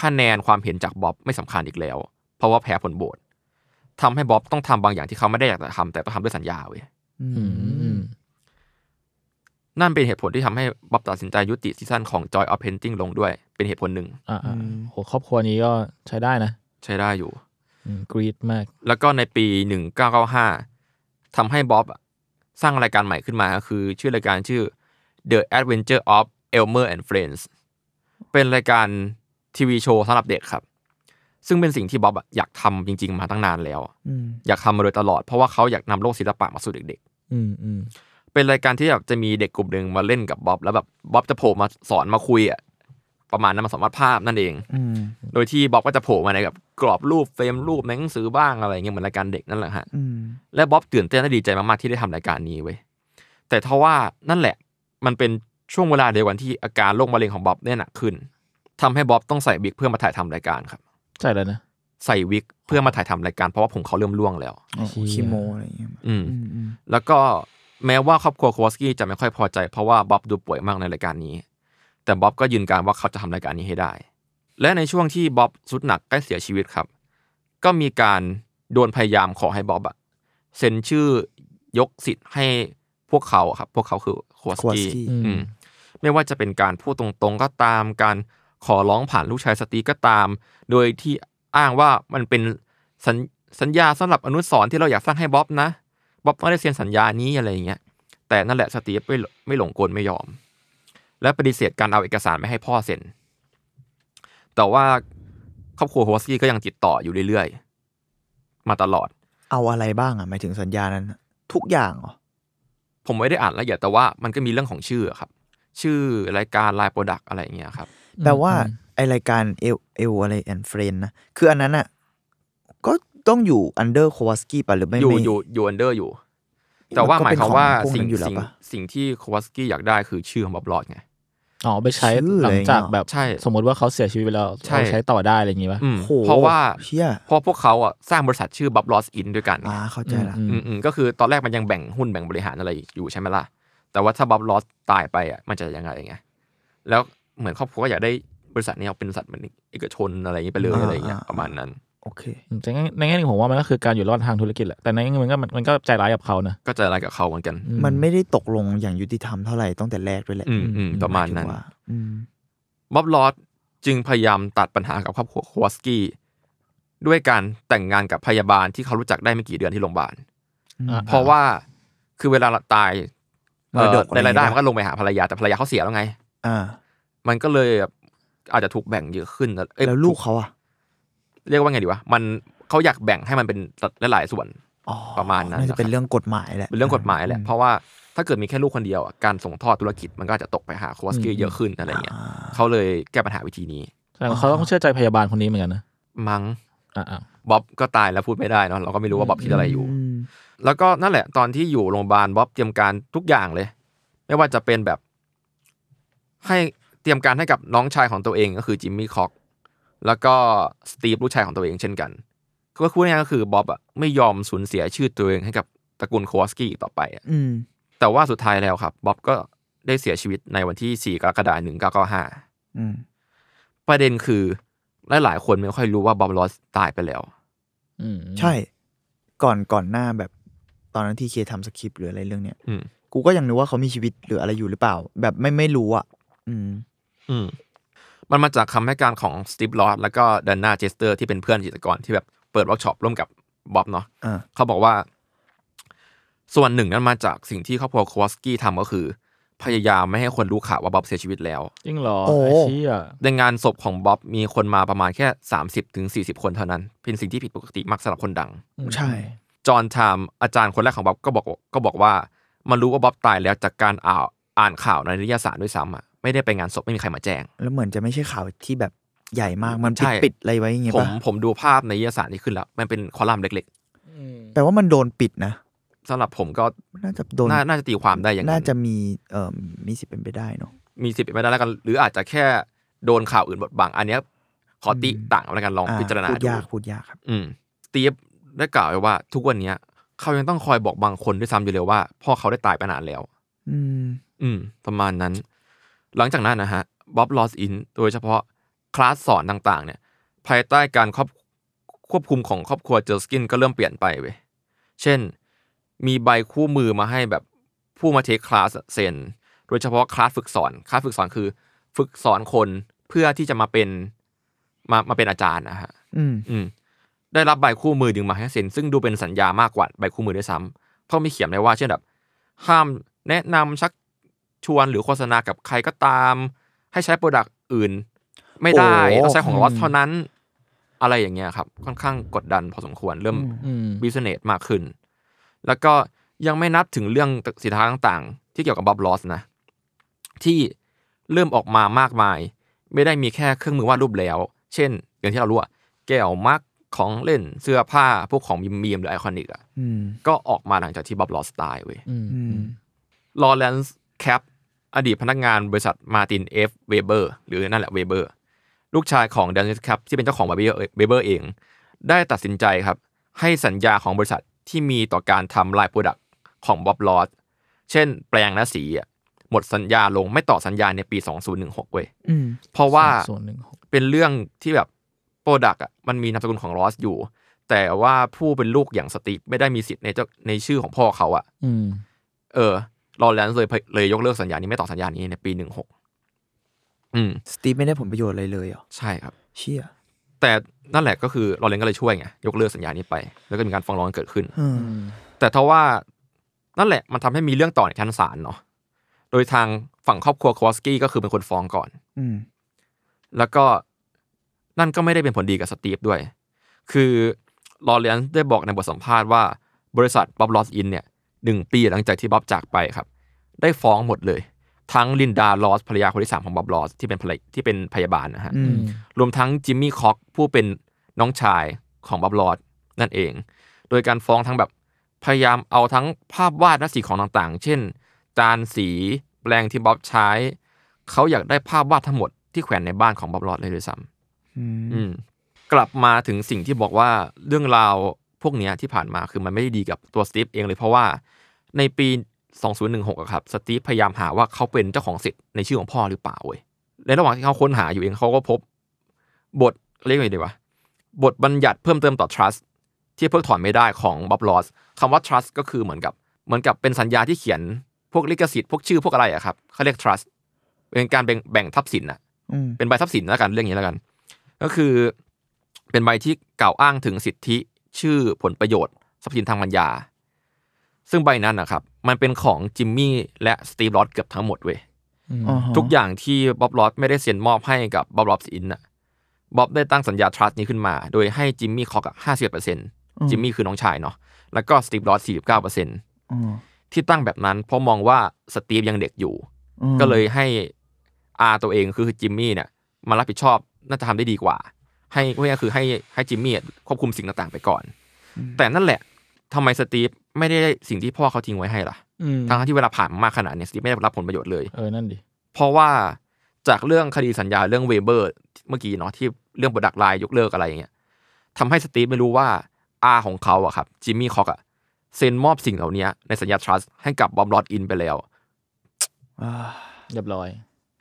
Speaker 3: คะแนนความเห็นจากบ๊อบไม่สำคัญอีกแล้ว เพราะว่าแพ้ผลโบสทำให้บ๊อบต้องทำบางอย่างที่เขาไม่ได้อยากจะทำแต่ต้องทำด้วยสัญญาเว้ย
Speaker 4: อื
Speaker 2: อืมอื
Speaker 4: ม
Speaker 2: ม
Speaker 3: นั่นเป็นเหตุผลที่ทำให้บ๊อบตัดสินใจยุติซีซั่นของ Joy of Painting ลงด้วย เป็นเหตุผลหนึ่ง
Speaker 2: อ่าอ่า
Speaker 4: อืม
Speaker 2: โหครอบครัวนี้ก็ใช้ได้นะ
Speaker 3: ใช้ได้อยู่
Speaker 2: กรีดมาก
Speaker 3: แล้วก็ในปี 1995ทำให้บ๊อบสร้างรายการใหม่ขึ้นมาก็คือ ชื่อรายการชื่อ The Adventure of Elmer and Friends เป็นรายการทีวีโชว์สำหรับเด็กครับ ซึ่งเป็นสิ่งที่บ๊อบอะอยากทำจริง ๆ มาตั้งนานแล้ว
Speaker 4: อืม
Speaker 3: อยากทำมาโดยตลอดเพราะว่าเขาอยากนำโลกศิลปะมาสู่เด็ก
Speaker 2: อืมอืม
Speaker 3: ๆ เป็นรายการที่แบบจะมีเด็กกลุ่มหนึ่งมาเล่นกับบ๊อบแล้วแบบบ๊อบจะโผล่มาสอนมาคุยอ่ะประมาณนั้นมาสอนวาดภาพนั่นเอง
Speaker 4: อืม
Speaker 3: โดยที่บ๊อบก็จะโผล่มาในแบบกรอบรูปเฟรมรูปในหนังสือบ้างอะไรเงี้ยเหมือนรายการเด็กนั่นแหละฮะ
Speaker 4: อืม
Speaker 3: และบ๊อบตื่นเต้นและดีใจมากๆที่ได้ทำรายการนี้เว้ยแต่ทว่านั่นแหละมันเป็นช่วงเวลาเดียวกันที่อาการโรคมะเร็งของบ๊อบเนี่ยหนักขึ้นทำให้บ๊อบต้องใส่วิกเพื่อมาถ่ายทำรายการครับ
Speaker 2: ใช่แล้วนะ
Speaker 3: ใส่วิกเพื่อมาถ่ายทำรายการเพราะว่าผมเขาเริ่มร่วงแล้ว
Speaker 4: อ๋อ
Speaker 2: เชี่ย
Speaker 4: คีโมอะไรอย่างเงี้ย
Speaker 3: อืม
Speaker 4: อืมอืม
Speaker 3: แล้วก็ แม้ว่าครอบครัวโควอสกี้จะไม่ค่อยพอใจเพราะว่าบ๊อบดูป่วยมากในรายการนี้ แต่บ๊อบก็ยืนการว่าเขาจะทำรายการนี้ให้ได้ และในช่วงที่บ๊อบสุดหนักใกล้เสียชีวิตครับ ก็มีการโดนพยายามขอให้บ๊อบอะเซ็นชื่อยกสิทธิ์ให้พวกเขาอะครับ พวกเขาคือโควอสกี้
Speaker 4: Kowalski
Speaker 2: อืม
Speaker 3: อืมไม่ว่าจะเป็นการพูดตรงๆก็ตามการขอร้องผ่านลูกชายสตรีก็ตาม โดยที่อ้างว่ามันเป็นสัญสัญญาสำหรับอนุสรณ์ที่เราอยากสร้างให้บ๊อบนะบ๊อบต้องได้เซ็นสัญญานี้อะไรอย่างเงี้ยแต่นั่นแหละสตีฟไม่ไม่หลงกลไม่ยอม และปฏิเสธการเอาเอกสารไปให้พ่อเซ็นแต่ว่าครอบครัวโฮสกี้ก็ยังติดต่ออยู่เรื่อยๆ มาตลอด
Speaker 4: เอาอะไรบ้างอ่ะหมายถึงสัญญานั้นอะทุกอย่างเหรอ
Speaker 3: ผมไม่ได้อ่านละเอียดแต่ว่ามันก็มีเรื่องของชื่ออะครับ ชื่อรายการลายโปรดักอะไรอย่างเงี้ยครับ
Speaker 4: แปลว่าไอรายการเอลเอลอะไรแอนเฟรนนะ คืออันนั้นอ่ะ ก็ต้องอยู่อันเดอร์โควสกี้ป่ะหรือไม่
Speaker 3: อยู่
Speaker 4: ไม่
Speaker 3: อยู่อยู่อันเดอร์อยู่ แต่ว่าหมายความว่าสิ่ง
Speaker 4: อยู่แล้ว
Speaker 3: สิ่ง
Speaker 4: ปะ
Speaker 3: สิ่งที่โควอสกี้อยากได้คือชื่อของบ๊อบลอดไง
Speaker 2: อ๋อไปใช้
Speaker 4: ชื่ออะไร
Speaker 2: หลังจากแบบ
Speaker 3: ใช่
Speaker 2: สมมติว่าเขาเสียชีวิตไปแล้ว
Speaker 3: ใช่
Speaker 2: เอาใช้ต่อได้อะไรอย่างงี้ป่ะ
Speaker 3: อืม
Speaker 4: โอ้โห
Speaker 3: เพราะว่า
Speaker 4: เชี่ย
Speaker 3: เพราะพวกเขาอ่ะสร้างบริษัทชื่อบ๊อบลอสอินด้วยกันไง
Speaker 4: อ่าเข้าใจละ
Speaker 2: อืม
Speaker 3: อืมอืมก็คือตอนแรกมันยังแบ่งหุ้นแบ่งบริหารอะไรอยู่ใช่ไหมล่ะ แต่ว่าถ้าบ๊อบลอสตายไปอ่ะมันจะยังไงไงแล้วเหมือนครอบครัวก็อยากได้บริษัทนี้เอาเป็นบริษัทเหมือนเอกชนอะไรอย่างนี้ไปเลย
Speaker 4: อ่า
Speaker 3: อะไรอย่างเงี้ย
Speaker 4: อ่า
Speaker 3: ประมาณนั้น
Speaker 4: โอเค
Speaker 2: แต่ในในแง่หนึงผมว่ามันก็คือการอยู่รอดทางธุรกิจแหละแต่ในแง่หนึงมันก็มันก็ใจร้ายกับเขานะ
Speaker 3: ก็จะอะไรายกับเขาเหมือนกัน
Speaker 2: อื
Speaker 4: มันไม่ได้ตกลงอย่างยุติธรรมเท่าไหร่ตั้งแต่แรกด้วยแหละ
Speaker 3: อืมอืมประมาณนั้น
Speaker 4: หยถึงว่อืม
Speaker 3: บ๊อบลอสจึงพยายามตัดปัญหากับครอบครัวโควอสกี้ด้วยการแต่งงานกับพยาบาลที่เขารู้จักได้ไม่กี่เดือนที่โรงพยาบาล
Speaker 2: อ่
Speaker 3: เพราะว่าคือเวลาเราตายเอ่
Speaker 4: มรด
Speaker 3: อก
Speaker 4: อะไร
Speaker 3: ในรายได้
Speaker 4: อย่าง
Speaker 3: มัน
Speaker 4: เงี้ย
Speaker 3: ก็ลงไปหาภรรยาแต่ภรรยาเขาเสียแล้วไง
Speaker 4: อ่า
Speaker 3: มันก็เลยแบบอาจจะถูกแบ่งเยอะขึ้นเอ้ย
Speaker 4: แล้วลูกเขาอ่ะ
Speaker 3: เรียกว่าไงดีวะมันเขาอยากแบ่งให้มันเป็นหลายๆส่วน
Speaker 4: อ๋อ
Speaker 3: ประมาณนั้น
Speaker 4: น่าจะเป็น
Speaker 3: นะครับ
Speaker 4: เรื่องกฎหมายแหละ
Speaker 3: เป็นเรื่องกฎหมายแหละเพราะว่าถ้าเกิดมีแค่ลูกคนเดียวอะการส่งทอดธุรกิจมันก็อาจจะตกไปหาโควอสกี้เยอะขึ้นอะไรเงี้ย
Speaker 4: อ่า
Speaker 3: เขาเลยแก้ปัญหาวิธีนี้
Speaker 2: แสดงว่าเขาต้องเชื่อใจพยาบาลคนนี้เหมือนกันนะ
Speaker 3: มั้ง
Speaker 2: อ่าอ่า
Speaker 3: บ๊อบก็ตายแล้วพูดไม่ได้เนอะเราก็ไม่รู้ว่าบ๊อบคิดอะไรอยู่
Speaker 4: ม
Speaker 3: แล้วก็นั่นแหละตอนที่อยู่โรงพยาบาลบ๊อบเตรียมการทุกอย่างเลย ไม่ว่าจะเป็นแบบ ให้เตรียมการให้กับน้องชายของตัวเองก็คือจิมมี่คอกแล้วก็สตีฟลูกชายของตัวเองเช่นกันก็พูดง่ายๆก็คือบ๊อบอะไม่ยอมสูญเสียชื่อตัวเองให้กับตระกูลโควอสกี้อีกต่อไปอะ
Speaker 4: อืม
Speaker 3: แต่ว่าสุดท้ายแล้วครับบ๊อบก็ได้เสียชีวิตในวันที่ 4 กรกฎาคม1995
Speaker 4: อืม
Speaker 3: ประเด็นคือหลายๆคนไม่ค่อยรู้ว่าบ๊อบลอสตายไปแล้ว
Speaker 4: ใช่ ก่อนก่อนหน้าแบบตอนนั้นที่เคทำสคริปต์หรืออะไรเรื่องเนี้ย
Speaker 3: อืม
Speaker 4: กูก็ยังนึกว่าเขามีชีวิตหรืออะไรอยู่หรือเปล่า แบบไม่ไม่รู้อ่ะ อืม
Speaker 3: อืมมันมาจากคำให้การของสตีฟลอสแล้วก็ดันนาเจสเตอร์ที่เป็นเพื่อนจิตรกรที่แบบเปิดเวิร์กช็อปร่วมกับบ๊อบเนาะ
Speaker 4: อ่า
Speaker 3: เขาบอกว่า ส่วนหนึ่งนั้นมาจากสิ่งที่ครอบครัวควอสกี้ทำก็คือ พยายามไม่ให้คนรู้ข่าวว่าบ๊อบเสียชีวิตแล้ว
Speaker 2: จริงเหรอ
Speaker 4: โอ้
Speaker 2: ไอ้เชี่ย
Speaker 3: ในงานศพของบ๊อบมีคนมาประมาณแค่ 30-40ถึง40 คนเท่านั้น เป็นสิ่งที่ผิดปกติมากสำหรับคนดัง
Speaker 4: ใช่
Speaker 3: จอห์นไทม์อาจารย์คนแรกของบ๊อบก็บอกก็บอกว่า มันรู้ว่าบ๊อบตายแล้วจากการอ่านอ่านข่าวในนิตยสารด้วยซ้ำอ่ะไม่ได้ไปงานศพไม่มีใครมาแจ้ง
Speaker 4: แล้วเหมือนจะไม่ใช่ข่าวที่แบบใหญ่มากมันปิ
Speaker 3: ใช่
Speaker 4: ดปิดอะไรไว้อย่างเงี้ย
Speaker 3: ผม
Speaker 4: ปะ
Speaker 3: ผมดูภาพในนิตยสารนี้ขึ้นแล้ว มันเป็นคอลัมน์เล็ก
Speaker 2: อืม
Speaker 4: แต่ว่ามันโดนปิดนะ
Speaker 3: ๆสำหรับผมก็
Speaker 4: น่าจะโดน
Speaker 3: นาน่าจะตีความได้อย่าง
Speaker 4: น่า
Speaker 3: นั้น
Speaker 4: จะมีเอ่อมีสิทธิ์เป็นไปได้เนาะ
Speaker 3: มีสิทธิ์เป็นไปได้แล้วกัน หรืออาจจะแค่โดนข่าวอื่นบดบังอันเนี้ยขอติต่างแล้วกันลอง
Speaker 4: อ่า
Speaker 3: พิจารณา
Speaker 4: พูด
Speaker 3: ดู
Speaker 4: ยากพูดยากครับ
Speaker 3: อืมสตีฟได้กล่าวไว้ว่า ทุกวันเนี้ยเขายังต้องคอยบอกบางคนด้วยซ้ำอยู่เลยว่าพ่อเขาได้ตายไปนานแล้ว
Speaker 4: อืม
Speaker 3: อืม ประมาณนั้น หลังจากนั้นนะฮะบ๊อบลอสอินโดยเฉพาะคลาสสอนต่างๆ เนี่ย ภายใต้การครอบควบคุมของครอบครัวเจอสกินก็เริ่มเปลี่ยนไปเว้ยเช่น มีใบคู่มือมาให้แบบผู้มาเทคคลาสเซ็นโดยเฉพาะคลาสฝึกสอนคลาสฝึกสอนคือ ฝึกสอนคนเพื่อที่จะมาเป็นมามาเป็นอาจารย์นะฮะ
Speaker 4: อืม
Speaker 3: อืมได้รับใบคู่มือดึงมาให้เซ็นซึ่งดูเป็นสัญญามากกว่าใบคู่มือด้วยซ้ำเพราะมีเขียนไว้ว่าเช่นแบบ ห้ามแนะนำชักชวนหรือโฆษณากับใครก็ตาม ให้ใช้โปรดักต์อื่น ไม่ได้
Speaker 4: โอ้
Speaker 3: ต้องใช้ของลอสเท่านั้น อะไรอย่างเงี้ยครับ ค่อนข้างกดดันพอสมควรเริ่ม
Speaker 2: อืม
Speaker 3: บิสเนสมากขึ้น แล้วก็ยังไม่นับถึงเรื่องสินค้าต่างๆ ที่เกี่ยวกับบับลอสนะ ที่เริ่มออกมามากมาย ไม่ได้มีแค่เครื่องมือวาดรูปแล้ว เช่น อย่างที่เรารู้อะแก้วมักของเล่นเสื้อผ้าพวกของมีมีมหรือไอคอนิกอะ
Speaker 4: อืม
Speaker 3: ก็ออกมาหลังจากที่บับลอสตายเว้ย
Speaker 2: อืม
Speaker 4: อืม
Speaker 3: ลอเรนซ์แคปอดีตพนักงานบริษัทมาตินเอฟเวเบอร์หรือนั่นแหละเวเบอร์ลูกชายของแดนนิสแคปที่เป็นเจ้าของเวเบอร์เอง ได้ตัดสินใจครับ ให้สัญญาของบริษัทที่มีต่อการทำลายโปรดักต์ของบ๊อบลอส เช่น แปลงและสีอะหมดสัญญาลงไม่ต่อสัญญาในปี 2016 เว้ย
Speaker 4: อืม
Speaker 3: เพราะว่า
Speaker 2: ส่วนหนึ่งของ
Speaker 3: เป็นเรื่องที่แบบโปรดักอ่ะมันมีนามสกุลของลอสอยู่ แต่ว่าผู้เป็นลูกอย่างสตีฟไม่ได้มีสิทธิ์ในเจ้าในชื่อของพ่อเขาอ่ะ
Speaker 2: อืม
Speaker 3: เออลอแรนซ์เลยเลยยกเลิกสัญญานี้ไม่ต่อสัญญานี้ในปีหนึ่งหกอืม
Speaker 4: สตีฟไม่ได้ผลประโยชน์อะไรเลยเหรอ
Speaker 3: ใช่ครับ
Speaker 4: เชี่ย
Speaker 3: แต่นั่นแหละก็คือลอเรนซ์ก็เลยช่วยไงยกเลิกสัญญานี้ไป แล้วก็มีการฟ้องร้องกันเกิดขึ้น
Speaker 4: อืม
Speaker 3: แต่ทว่านั่นแหละมันทำให้มีเรื่องต่อในชั้นศาลเนาะโดยทางฝั่งครอบครัวคอวสกี้ก็คือเป็นคนฟ้องก่อน
Speaker 4: อืม
Speaker 3: แล้วก็นั่นก็ไม่ได้เป็นผลดีกับสตีฟด้วย คือลอเรนซ์ได้บอกในบทสัมภาษณ์ว่า บริษัทบ๊อบลอสอินเนี่ยหนึ่งปีหลังจากที่บ๊อบจากไปครับ ได้ฟ้องหมดเลย ทั้งลินดาลอสภรรยาคนที่สามของบ๊อบลอสที่เป็นภรรยที่เป็นพยาบาลนะฮะ
Speaker 4: อืม
Speaker 3: รวมทั้งจิมมี่คอกผู้เป็นน้องชายของบ๊อบลอดนั่นเอง โดยการฟ้องทั้งแบบพยายามเอาทั้งภาพวาดและสีของต่างๆ เช่น จานสีแปลงที่บ๊อบใช้ เขาอยากได้ภาพวาดทั้งหมดที่แขวนในบ้านของบ๊อบลอดเลยด้วยซ้
Speaker 4: อืม
Speaker 3: ำอืมกลับมาถึงสิ่งที่บอกว่าเรื่องราวพวกเนี้ยที่ผ่านมาคือมันไม่ได้ดีกับตัวสตีฟเองเลยเพราะว่าในปี 2016อะครับสตีฟพยายามหาว่าเขาเป็นเจ้าของสิทธิ์ในชื่อของพ่อหรือเปล่าเว้ย ในระหว่างที่เขาค้นหาอยู่เองเขาก็พบบทเรียกว่าไงดีวะบทบัญญัติเพิ่มเติมต่อ trust ที่เพิกถอนไม่ได้ของบ๊อบลอสคำว่า trust ก็คือเหมือนกับเหมือนกับเป็นสัญญาที่เขียนพวกลิขสิทธิ์พวกชื่อพวกอะไรอะครับเขาเรียก trust เป็นการแบ่งแบ่งทรัพย์สินอะ
Speaker 4: อืม
Speaker 3: เป็นใบทรัพย์สินแล้วกันเรื่องนี้แล้วกัน ก็คือเป็นใบที่กล่าวอ้างถึงสิทธิชื่อผลประโยชน์ทรัพย์สินทางปัญญา ซึ่งใบนั้นนะครับมันเป็นของจิมมี่และสตีฟลอสเกือบทั้งหมดเว้ย
Speaker 4: อ๋อฮะ
Speaker 3: ทุกอย่างที่บ๊อบลอสไม่ได้เซ็นมอบให้กับบ๊อบลอสอินน่ะบ๊อบได้ตั้งสัญญาทรัสนี้ขึ้นมา โดยให้จิมมี่คอกห้าสิบเปอร์เซ็นต์จิมมี่คือน้องชายเนาะแล้วก็สตีฟลอสสี่สิบเก้าเปอร์เซ็นต์
Speaker 4: อ๋อ
Speaker 3: ที่ตั้งแบบนั้นเพราะมองว่าสตีฟยังเด็กอยู่
Speaker 4: อืม
Speaker 3: ก็เลยให้อาตัวเองคือจิมมี่เนี่ยมารับผิดชอบน่าจะทำได้ดีกว่า ให้ก็คือให้ให้จิมมี่ควบคุมสิ่งต่างๆไปก่อน แต่นั่นแหละทำไมสตีฟไม่ได้สิ่งที่พ่อเขาทิ้งไว้ให้ล่ะ
Speaker 2: อืม
Speaker 3: ทั้งที่เวลาผ่านมามากขนาดเนี้ยสตีฟไม่ได้รับผลประโยชน์เลย
Speaker 2: เออนั่นดิ
Speaker 3: เพราะว่าจากเรื่องคดีสัญญาเรื่องเวเบอร์เมื่อกี้เนาะที่เรื่องบดักลายยกเลิกอะไรอย่างเงี้ยทำให้สตีฟไม่รู้ว่าอาของเขาอะครับจิมมี่คอกอะเซ็นมอบสิ่งเหล่านี้ในสัญญาทรัสต์ให้กับบอมลอดอินไปแล้ว
Speaker 4: อ่า
Speaker 2: เรียบร้อย